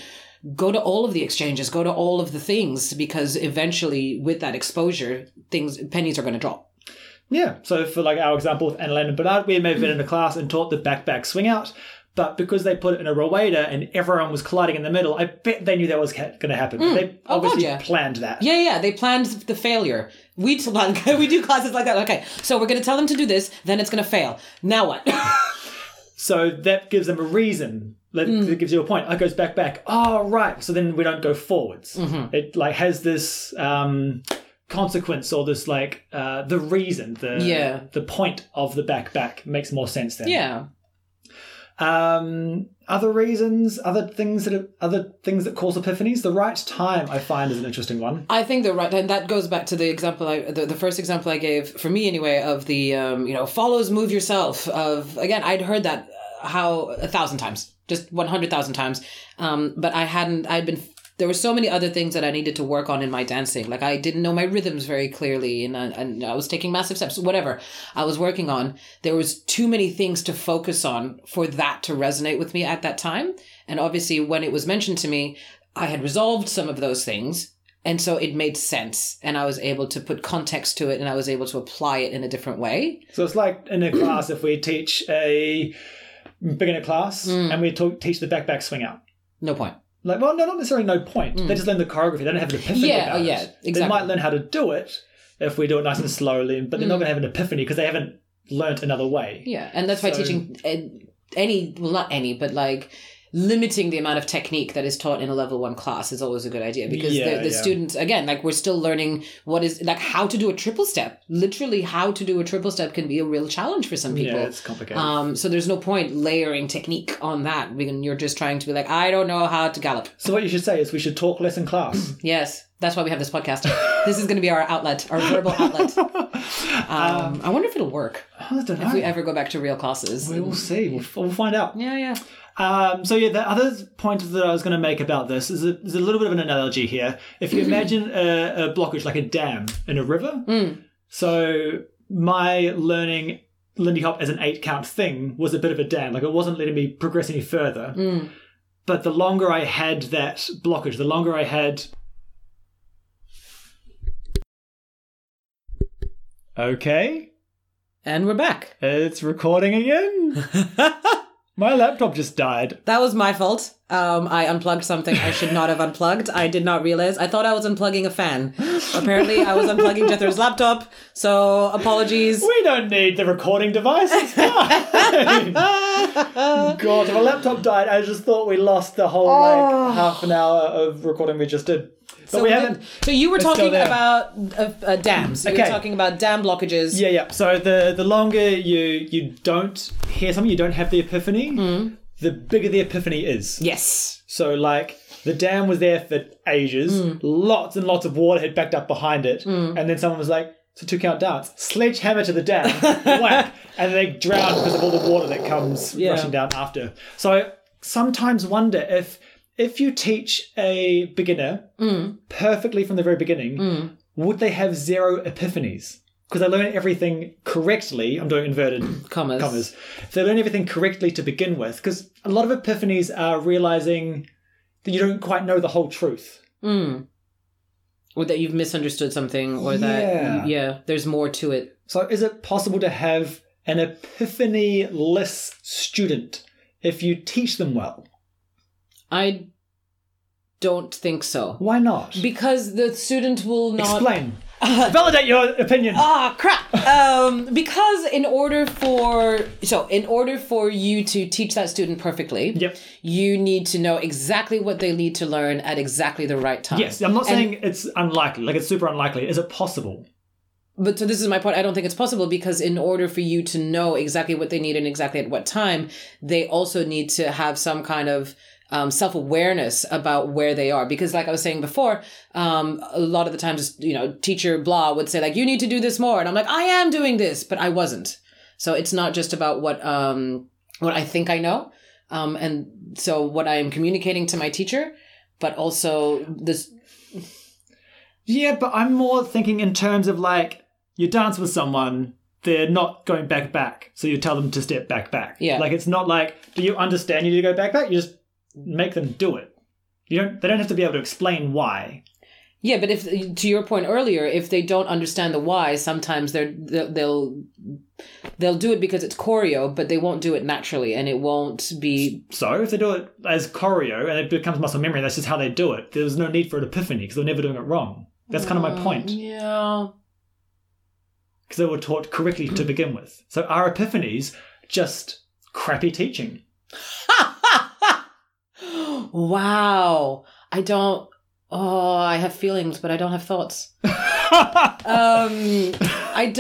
B: go to all of the exchanges, go to all of the things, because eventually with that exposure, things pennies are going to drop.
A: Yeah. So for like our example with Annalena and Bernard, we may have been in a class and taught the back back swing out, but because they put it in a rowada and everyone was colliding in the middle, I bet they knew that was going to happen. They
B: Oh, God,
A: obviously
B: yeah.
A: planned that.
B: Yeah, yeah, they planned the failure. We t- we do classes like that. Okay, so we're going to tell them to do this, then it's going to fail. Now what?
A: So that gives them a reason. That,
B: Hmm.
A: that gives you a point. It goes back, back. Oh, right. So then we don't go forwards.
B: Mm-hmm.
A: It like has this um, consequence or this like uh, the reason, the
B: Yeah.
A: the point of the back, back makes more sense then.
B: yeah.
A: Um, other reasons, other things that other things that cause epiphanies. The right time I find is an interesting one.
B: I think the right, and that goes back to the example I, the, the first example I gave for me anyway of the, um, you know, follows move yourself. Of again, I'd heard that uh, how a thousand times, just one hundred thousand times, um, but I hadn't. I'd been there were so many other things that I needed to work on in my dancing. Like I didn't know my rhythms very clearly, and I, and I was taking massive steps. Whatever I was working on, there was too many things to focus on for that to resonate with me at that time. And obviously, when it was mentioned to me, I had resolved some of those things. And so it made sense, and I was able to put context to it, and I was able to apply it in a different way.
A: So it's like in a class if we teach a beginner class
B: Mm.
A: and we talk, teach the back, back swing out.
B: No point.
A: Like, well, no, not necessarily no point.
B: Mm.
A: They just learn the choreography. They don't have an epiphany
B: Yeah,
A: about
B: yeah,
A: it. They
B: exactly.
A: might learn how to do it if we do it nice and slowly, but they're not
B: Mm.
A: going to have an epiphany because they haven't learnt another way.
B: Yeah, and that's why
A: So-
B: teaching teaching uh, any well, not any, but like limiting the amount of technique that is taught in a level one class is always a good idea because
A: Yeah,
B: the, the
A: yeah.
B: students again like we're still learning what is like how to do a triple step literally how to do a triple step can be a real challenge for some people
A: yeah it's complicated.
B: um so there's no point layering technique on that when you're just trying to be like i don't know how to gallop
A: so what you should say is we should talk less in class.
B: Yes, that's why we have this podcast. this is going to be our outlet, our verbal outlet. Um, I wonder if it'll work
A: I don't know.
B: if we ever go back to real classes.
A: Ah. we will see. We'll, f- we'll find out.
B: Yeah, yeah.
A: Um, so yeah, the other point that I was going to make about this is a, is a little bit of an analogy here. If
B: Mm-hmm.
A: you imagine a, a blockage like a dam in a river,
B: Mm.
A: so my learning Lindy Hop as an eight count thing was a bit of a dam. Like it wasn't letting me progress any further.
B: Mm.
A: But the longer I had that blockage, the longer I had. Okay,
B: And we're back.
A: it's recording again. My laptop just died.
B: That was my fault. Um, I unplugged something I should not have unplugged. I did not realize. I thought I was unplugging a fan. Apparently, I was unplugging Jethro's laptop. So apologies.
A: We don't need the recording device. It's fine. God, if my laptop died, I just thought we lost the whole like half an hour of recording we just did. But
B: So,
A: we
B: we
A: haven't.
B: did- so you were
A: go
B: talking
A: there.
B: about uh, uh, dams. You
A: Okay.
B: were talking about dam blockages.
A: Yeah, yeah. So the the longer you you don't hear something, you don't have the epiphany. The bigger the epiphany is.
B: Yes.
A: So like the dam was there for ages. Lots and lots of water had backed up behind it, and then someone was like. So two count dance, sledgehammer to the dam, whack, and they drown because of all the water that comes
B: Yeah.
A: rushing down after. So I sometimes wonder if if you teach a beginner perfectly from the very beginning, would they have zero epiphanies? Because they learn everything correctly. I'm doing inverted
B: Commas.
A: commas. If they learn everything correctly to begin with, because a lot of epiphanies are realizing that you don't quite know the whole truth.
B: Mm. Or that you've misunderstood something, or that
A: Yeah.
B: yeah, there's more to it.
A: So, is it possible to have an epiphany less student if you teach them well?
B: I don't think so.
A: Why not?
B: Because the student will not.
A: Explain. Validate your opinion.
B: Ah, crap. Um, because in order for so in order for you to teach that student perfectly,
A: Yep.
B: you need to know exactly what they need to learn at exactly the right time.
A: Yes, I'm not
B: And-
A: saying it's unlikely. Like it's super unlikely. Is it possible?
B: But so this is my point. I don't think it's possible because in order for you to know exactly what they need and exactly at what time, they also need to have some kind of um, self awareness about where they are. Because like I was saying before, um, a lot of the times, you know, teacher blah would say like, "You need to do this more," and I'm like, "I am doing this," but I wasn't. So it's not just about what um, what I think I know, um, and so what I am communicating to my teacher, but also this.
A: Yeah, but I'm more thinking in terms of like you dance with someone, they're not going back back, so you tell them to step back back.
B: Yeah.
A: Like it's not like do you understand you need to go back back? You just make them do it. You don't. They don't have to be able to explain why.
B: Yeah, but if to your point earlier, if they don't understand the why, sometimes they're they'll they'll, they'll do it because it's choreo, but they won't do it naturally, and it won't be.
A: So if they do it as choreo and it becomes muscle memory, that's just how they do it. There's no need for an epiphany because they're never doing it wrong. That's kind of
B: Mm.
A: my point.
B: Yeah.
A: because they were taught correctly to begin with. So our epiphanies just crappy teaching.
B: wow, I don't. Oh, I have feelings, but I don't have thoughts. Um, I don't.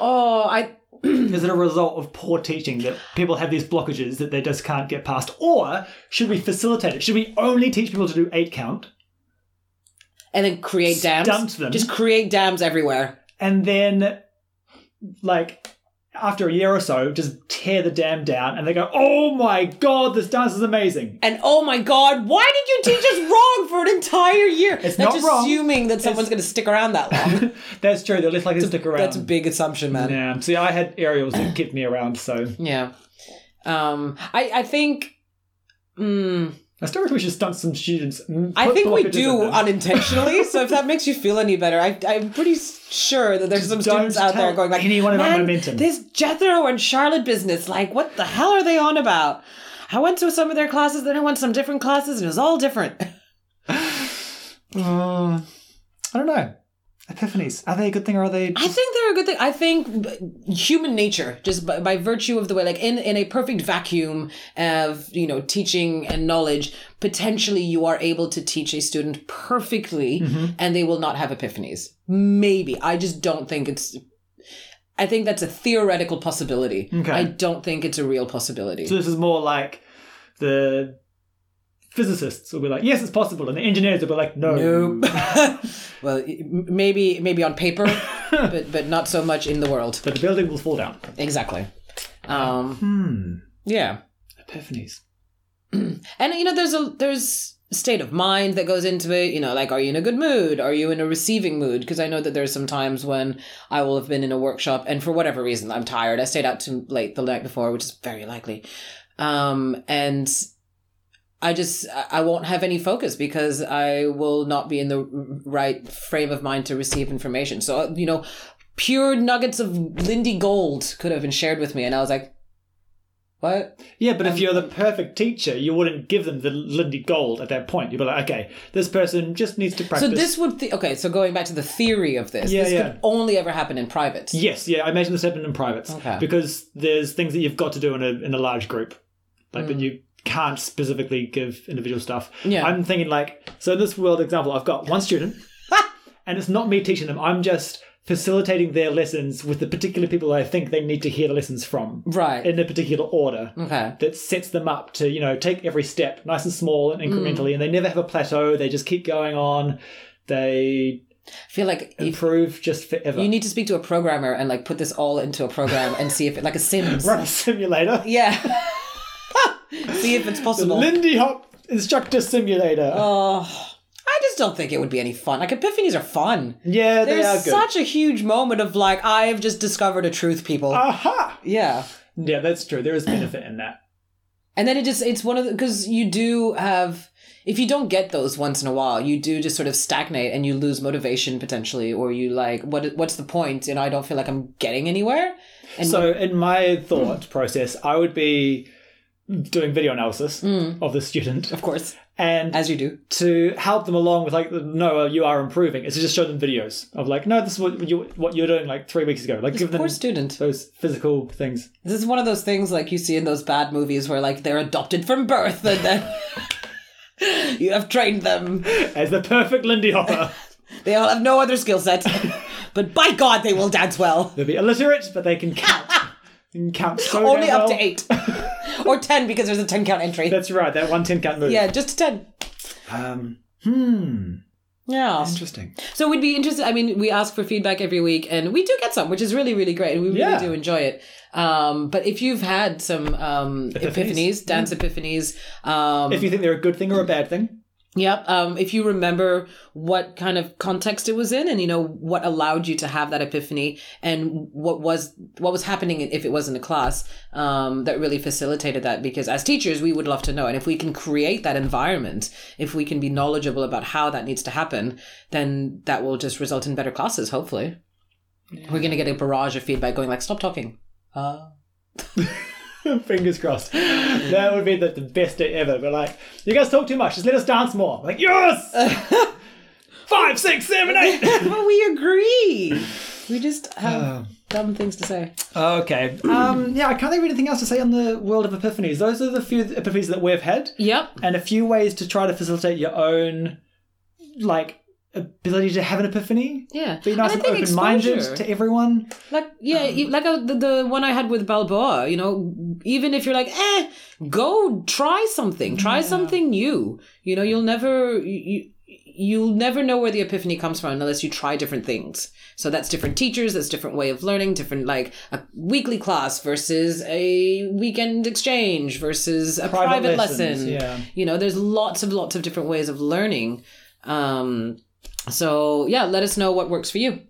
B: Oh, I.
A: Is it a result of poor teaching that people have these blockages that they just can't get past? Or should we facilitate it? Should we only teach people to do eight count
B: And then create dams.
A: Stumped them.
B: Just create dams everywhere.
A: and then, like, after a year or so, just tear the dam down and they go, oh my god, this dance is amazing?
B: And oh my god, why did you teach us wrong for an entire year?
A: It's
B: That's
A: not wrong.
B: assuming that someone's going to stick around that long.
A: That's true, they're less likely to stick around.
B: That's a big assumption, man. Yeah.
A: yeah, see, I had aerials that kept me around, so
B: Um, I, I think. Mm,
A: I still reckon we should stunt some students. Mm,
B: I
A: put
B: think we
A: blockages
B: do
A: in them.
B: unintentionally. so if that makes you feel any better, I, I'm pretty s- sure that there's some
A: Don't
B: students out there
A: tell
B: going like,
A: anyone about
B: "Man,
A: momentum."
B: This Jethro and Charlotte business, like, what the hell are they on about? I went to some of their classes, then I went to some different classes, and it was all different.
A: Uh, I don't know. Epiphanies. Are they a good thing or are they.
B: I think they're a good thing. I think b- human nature, just by, by virtue of the way, like in, in a perfect vacuum of, you know, teaching and knowledge, potentially you are able to teach a student perfectly
A: Mm-hmm.
B: and they will not have epiphanies. Maybe. I just don't think it's, I think that's a theoretical possibility.
A: Okay.
B: I don't think it's a real possibility.
A: So this is more like the physicists will be like, yes, it's possible. And the engineers will be like, no.
B: Nope. well, m- maybe, maybe on paper, but, but not so much in the world.
A: But the building will fall down.
B: Exactly. Um,
A: Hmm.
B: yeah.
A: Epiphanies.
B: and you know there's a there's state of mind that goes into it you know like are you in a good mood are you in a receiving mood because i know that there's some times when i will have been in a workshop and for whatever reason i'm tired i stayed out too late the night before which is very likely um and i just I- i won't have any focus because i will not be in the r- right frame of mind to receive information so you know pure nuggets of lindy gold could have been shared with me and i was like what
A: Yeah, but if you're the perfect teacher, you wouldn't give them the Lindy Gold at that point. You'd be like, okay, this person just needs to practice.
B: So this would th- okay. So going back to the theory of this,
A: Yeah,
B: this
A: yeah.
B: could only ever happen in private.
A: Yes, yeah, I imagine this happened in privates.
B: Okay.
A: Because there's things that you've got to do in a in a large group. Like but you can't specifically give individual stuff.
B: Hmm. Yeah.
A: I'm thinking like so in this world example, I've got one student and it's not me teaching them, I'm just facilitating their lessons with the particular people I think they need to hear the lessons from.
B: Right.
A: In a particular order.
B: okay.
A: That sets them up to, you know, take every step nice and small
B: Hmm.
A: and incrementally, and they never have a plateau, they just keep going on. They
B: I feel like if
A: improve just forever.
B: you need to speak to a programmer and like put this all into a program and see if it like a Sims.
A: run a simulator.
B: Yeah. see if it's
A: The
B: possible.
A: Lindy Hop Instructor Simulator.
B: Oh, I just don't think it would be any fun. Like epiphanies are fun.
A: yeah, they are
B: There's
A: good.
B: such a huge moment of like I have just discovered a truth, people.
A: Uh, Aha!
B: yeah.
A: Yeah, that's true. There is benefit in that.
B: And then it just, it's one of the, because you do have, if you don't get those once in a while, you do just sort of stagnate and you lose motivation potentially, or you like, what, what's the point? And I don't feel like I'm getting anywhere. And
A: so, in my thought process, I would be doing video analysis of the student
B: of course,
A: and
B: Mm. as you do.
A: to help them along with like no you are improving is to just show them videos of like no this is what you what you were doing like three weeks ago like give them
B: Poor student.
A: those physical things
B: This is one of those things like you see in those bad movies where like they're adopted from birth and then you have trained them.
A: as the perfect Lindy Hopper
B: They all have no other skill set, but by God, they will dance well.
A: they'll be illiterate but they can count They can count so
B: Only
A: damn
B: up to
A: well.
B: eight or ten because there's a ten count entry.
A: that's right that one ten count move
B: yeah, just ten.
A: um hmm
B: Yeah.
A: interesting
B: So we'd be interested. I mean, we ask for feedback every week, and we do get some, which is really, really great, and we really
A: Yeah.
B: do enjoy it. Um, but if you've had some um, epiphanies.
A: Epiphanies.
B: dance epiphanies, um,
A: if you think they're a good thing or a bad thing
B: Yep. Um, if you remember what kind of context it was in, and you know what allowed you to have that epiphany, and what was what was happening if it wasn't a class, um, that really facilitated that. Because as teachers, we would love to know, and if we can create that environment, if we can be knowledgeable about how that needs to happen, then that will just result in better classes. Hopefully, we're going to get a barrage of feedback going like, "Stop talking." Uh,
A: fingers crossed that would be the, the best day ever but like you guys talk too much just let us dance more like yes five six seven eight
B: but we agree. We just have
A: Oh.
B: dumb things to say.
A: Okay. Um, yeah, I can't think of anything else to say on the world of epiphanies. Those are the few epiphanies that we've had,
B: Yep.
A: and a few ways to try to facilitate your own, like, ability to have an epiphany.
B: Yeah.
A: Be nice
B: And
A: and,
B: I think
A: open minded
B: exposure.
A: to everyone.
B: Like yeah,
A: Um,
B: you, like uh the, the one I had with Balboa. You know, even if you're like, eh, go try something, try something new. You know, you'll never you. You'll never know where the epiphany comes from unless you try different things. So that's different teachers, that's different way of learning, different like a weekly class versus a weekend exchange versus a private,
A: lessons,
B: lesson
A: Yeah.
B: you know there's lots of lots of different ways of learning um so yeah let us know what works for you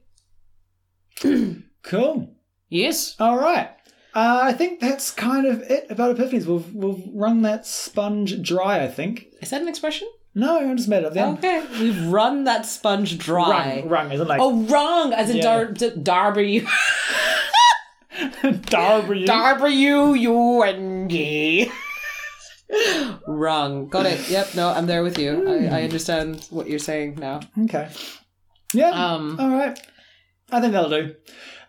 A: Cool.
B: yes
A: All right. Uh, I think that's kind of it about epiphanies. We've, we've run that sponge dry, I think.
B: is that an expression
A: No, I just made it up then.
B: okay we've run that sponge dry
A: Rung, rung, isn't like
B: oh wrong as in
A: Yeah.
B: dar- d- darber you
A: Darby.
B: darber you you and ye wrong got it yep no i'm there with you I, I understand what you're saying now
A: Okay. Yeah.
B: um
A: All right. I think that'll do.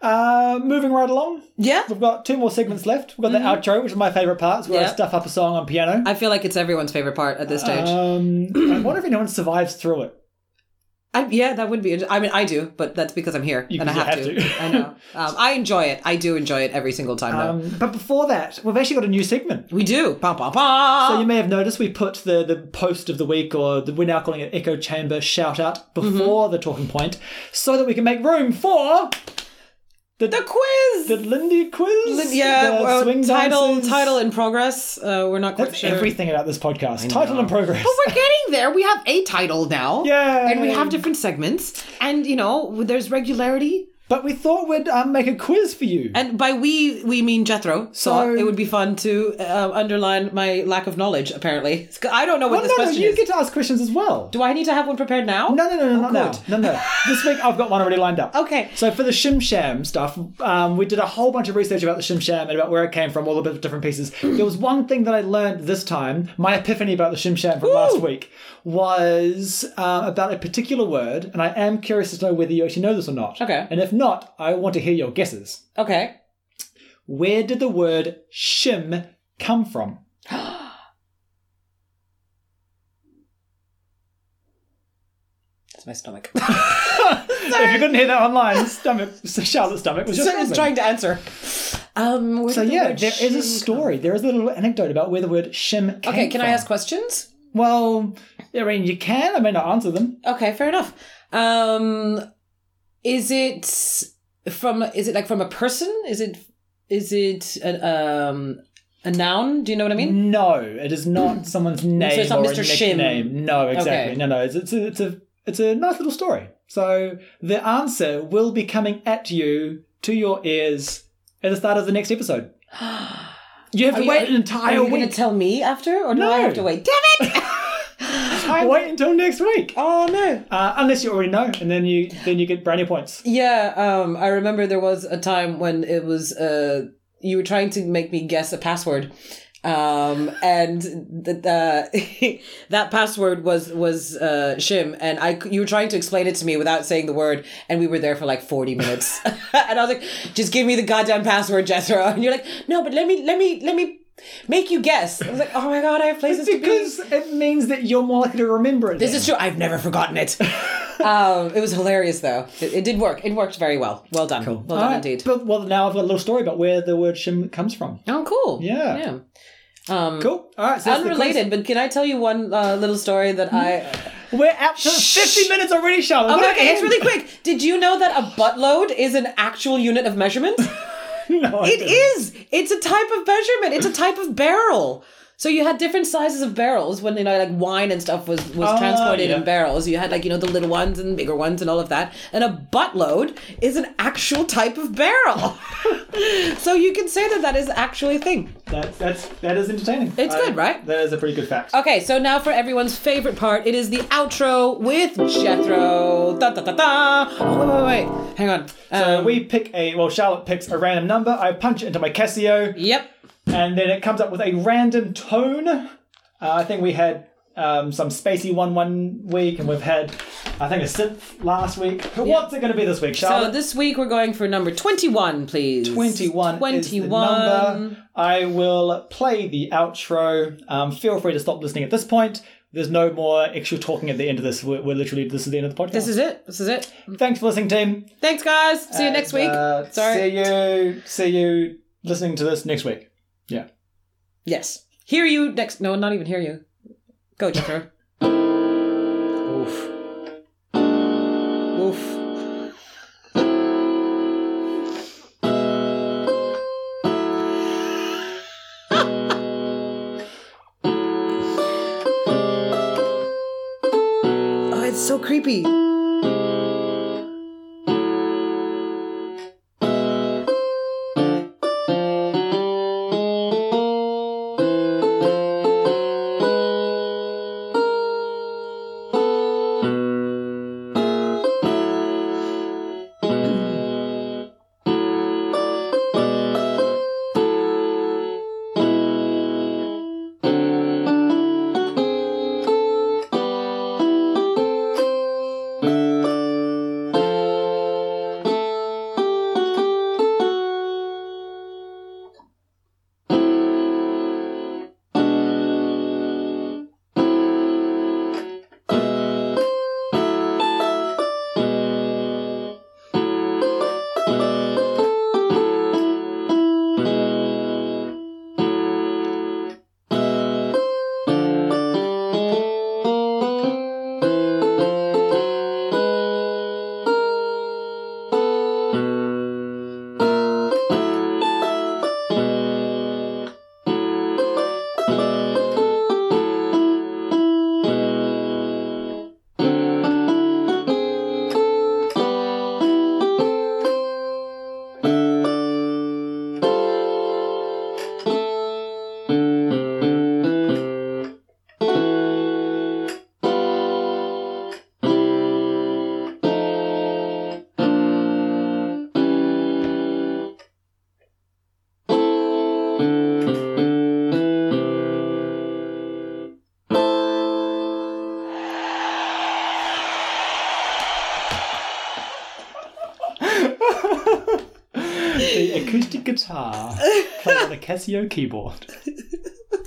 A: Uh, moving right along,
B: yeah
A: we've got two more segments left. We've got the outro, which is my favourite part, it's where
B: Mm-hmm. Yeah.
A: I stuff up a song on piano.
B: i feel like it's everyone's favorite part at this stage
A: Um, I wonder if anyone survives through it.
B: I, yeah, that would be. inter- I mean, I do, but that's because I'm here
A: You-
B: and I
A: you
B: have,
A: have
B: to.
A: to.
B: I know. Um, I enjoy it. I do enjoy it every single time, though.
A: Um, but before that, we've actually got a new segment.
B: we do. Bah, bah, bah.
A: So you may have noticed we put the, the post of the week, or the, we're now calling it Echo Chamber shout out, before
B: Mm-hmm.
A: the talking point, so that we can make room for
B: the quiz.
A: the Lindy quiz.
B: Lin- yeah.
A: the
B: well,
A: swing
B: title.
A: dances.
B: Title in progress. Uh, we're not quite
A: That's
B: sure.
A: everything about this podcast. Title and progress.
B: But we're getting there. We have a title now.
A: Yay.
B: And we have different segments. And you know, there's regularity.
A: But we thought we'd um, make a quiz for you.
B: And by we, we mean Jethro. So
A: So-
B: it would be fun to uh, underline my lack of knowledge. Apparently, I don't know
A: Well,
B: what this
A: Oh, no, no,
B: question
A: you
B: is.
A: get to ask questions as well.
B: Do Oh, I need to have one prepared now?
A: No, no, no, no, not
B: good.
A: now. No, no. This week I've got one already lined up.
B: Okay.
A: So for the Shim Sham stuff, um, we did a whole bunch of research about the Shim Sham and about where it came from, all the bit of different pieces.
B: Hmm.
A: there was one thing that I learned this time, my epiphany about the Shim Sham from last week, was uh, about a particular word, and I am curious to know whether you actually know this or not.
B: Okay.
A: And if not, I want to hear your guesses.
B: Okay.
A: Where did the word shim come from?
B: That's my stomach.
A: If you couldn't hear that online, stomach, Charlotte's stomach was just
B: It's trying to answer. Um, where
A: So
B: did the
A: yeah,
B: word
A: there is a
B: shim
A: story. There is a little anecdote about where the word shim
B: come-
A: came
B: Okay, can I
A: from.
B: ask questions?
A: Well, I mean, you can. I may not answer them.
B: Okay, fair enough. Um, is it from? Is it like from a person? Is it? Is it a, um a noun? Do you know what I mean?
A: No, it is not someone's name
B: Hmm. it's not
A: or
B: Mr.
A: a
B: Shim.
A: nickname. No, exactly.
B: Okay.
A: No, no. It's it's a, it's a it's a nice little story. So the answer will be coming at you to your ears at the start of the next episode. You have
B: Are
A: to
B: you-
A: wait an
B: Are
A: entire
B: you going to
A: week.
B: tell me after, or do I
A: No.
B: have to wait? Damn it!
A: I
B: I
A: Wait until next week.
B: Oh no.
A: Uh, unless you already know, and then you then you get brand new points.
B: Yeah, um, I remember there was a time when it was uh, you were trying to make me guess a password, um, and th- uh, that password was was uh, shim, and I c- you were trying to explain it to me without saying the word, and we were there for like forty minutes, and I was like, just give me the goddamn password, Jethro, and you're like, no, but let me let me let me make you guess. I was like, oh my god, I have places to be.
A: Because it means that you're more likely to remember it.
B: This is true. I've never forgotten it. um, it was hilarious, though. It, it did work. It worked very well. Well done. Well
A: All
B: done
A: right.
B: indeed.
A: But, well, now I've got a little story about where the word shim comes from.
B: Oh, cool.
A: Yeah.
B: Yeah. Um,
A: Cool. All right. So that's the quiz.
B: Unrelated, but can I tell you one uh, little story that I? Oh,
A: We're out to 50 minutes already, Charlotte.
B: Okay,
A: Mm. What
B: okay, it's
A: an
B: really quick. Did you know that a buttload is an actual unit of measurement?
A: end. No, I
B: It
A: didn't.
B: is. It's a type of measurement. It's a type of barrel. So you had different sizes of barrels when you know like wine and stuff was was
A: Ah,
B: transported
A: yeah.
B: in barrels. You had like you know the little ones and bigger ones and all of that. And a buttload is an actual type of barrel. so you can say that that is actually a thing.
A: That, that's that is entertaining. Uh,
B: It's good, right?
A: That is a pretty good fact.
B: Okay, so now for everyone's favorite part, it is the outro with Jethro. Da, da, da, da. Oh, wait, wait, wait. Hang on.
A: So
B: Um,
A: Uh, we pick a well. Charlotte picks a random number. I punch it into my Casio,
B: Yep.
A: and then it comes up with a random tone. Uh, I think we had um, some spacey one one week, and we've had I think a synth last week. But What's it going to be this week,
B: So
A: Charlotte?
B: this week we're going for number 21, please.
A: 21 is the
B: 21.
A: number. I will play the outro. Um, feel free to stop listening at this point. There's no more extra talking at the end of this. We're, we're literally, this is the end of the podcast.
B: This is it. This is it.
A: Thanks for listening, team.
B: Thanks, guys. See you next
A: And,
B: week.
A: uh,
B: Sorry.
A: See you. See you listening to this next week. Yeah.
B: Yes. Hear you next. No, not even hear you. Go, Jethro. Oof. Oof. Oh, it's so creepy.
A: the acoustic guitar played on a Casio keyboard.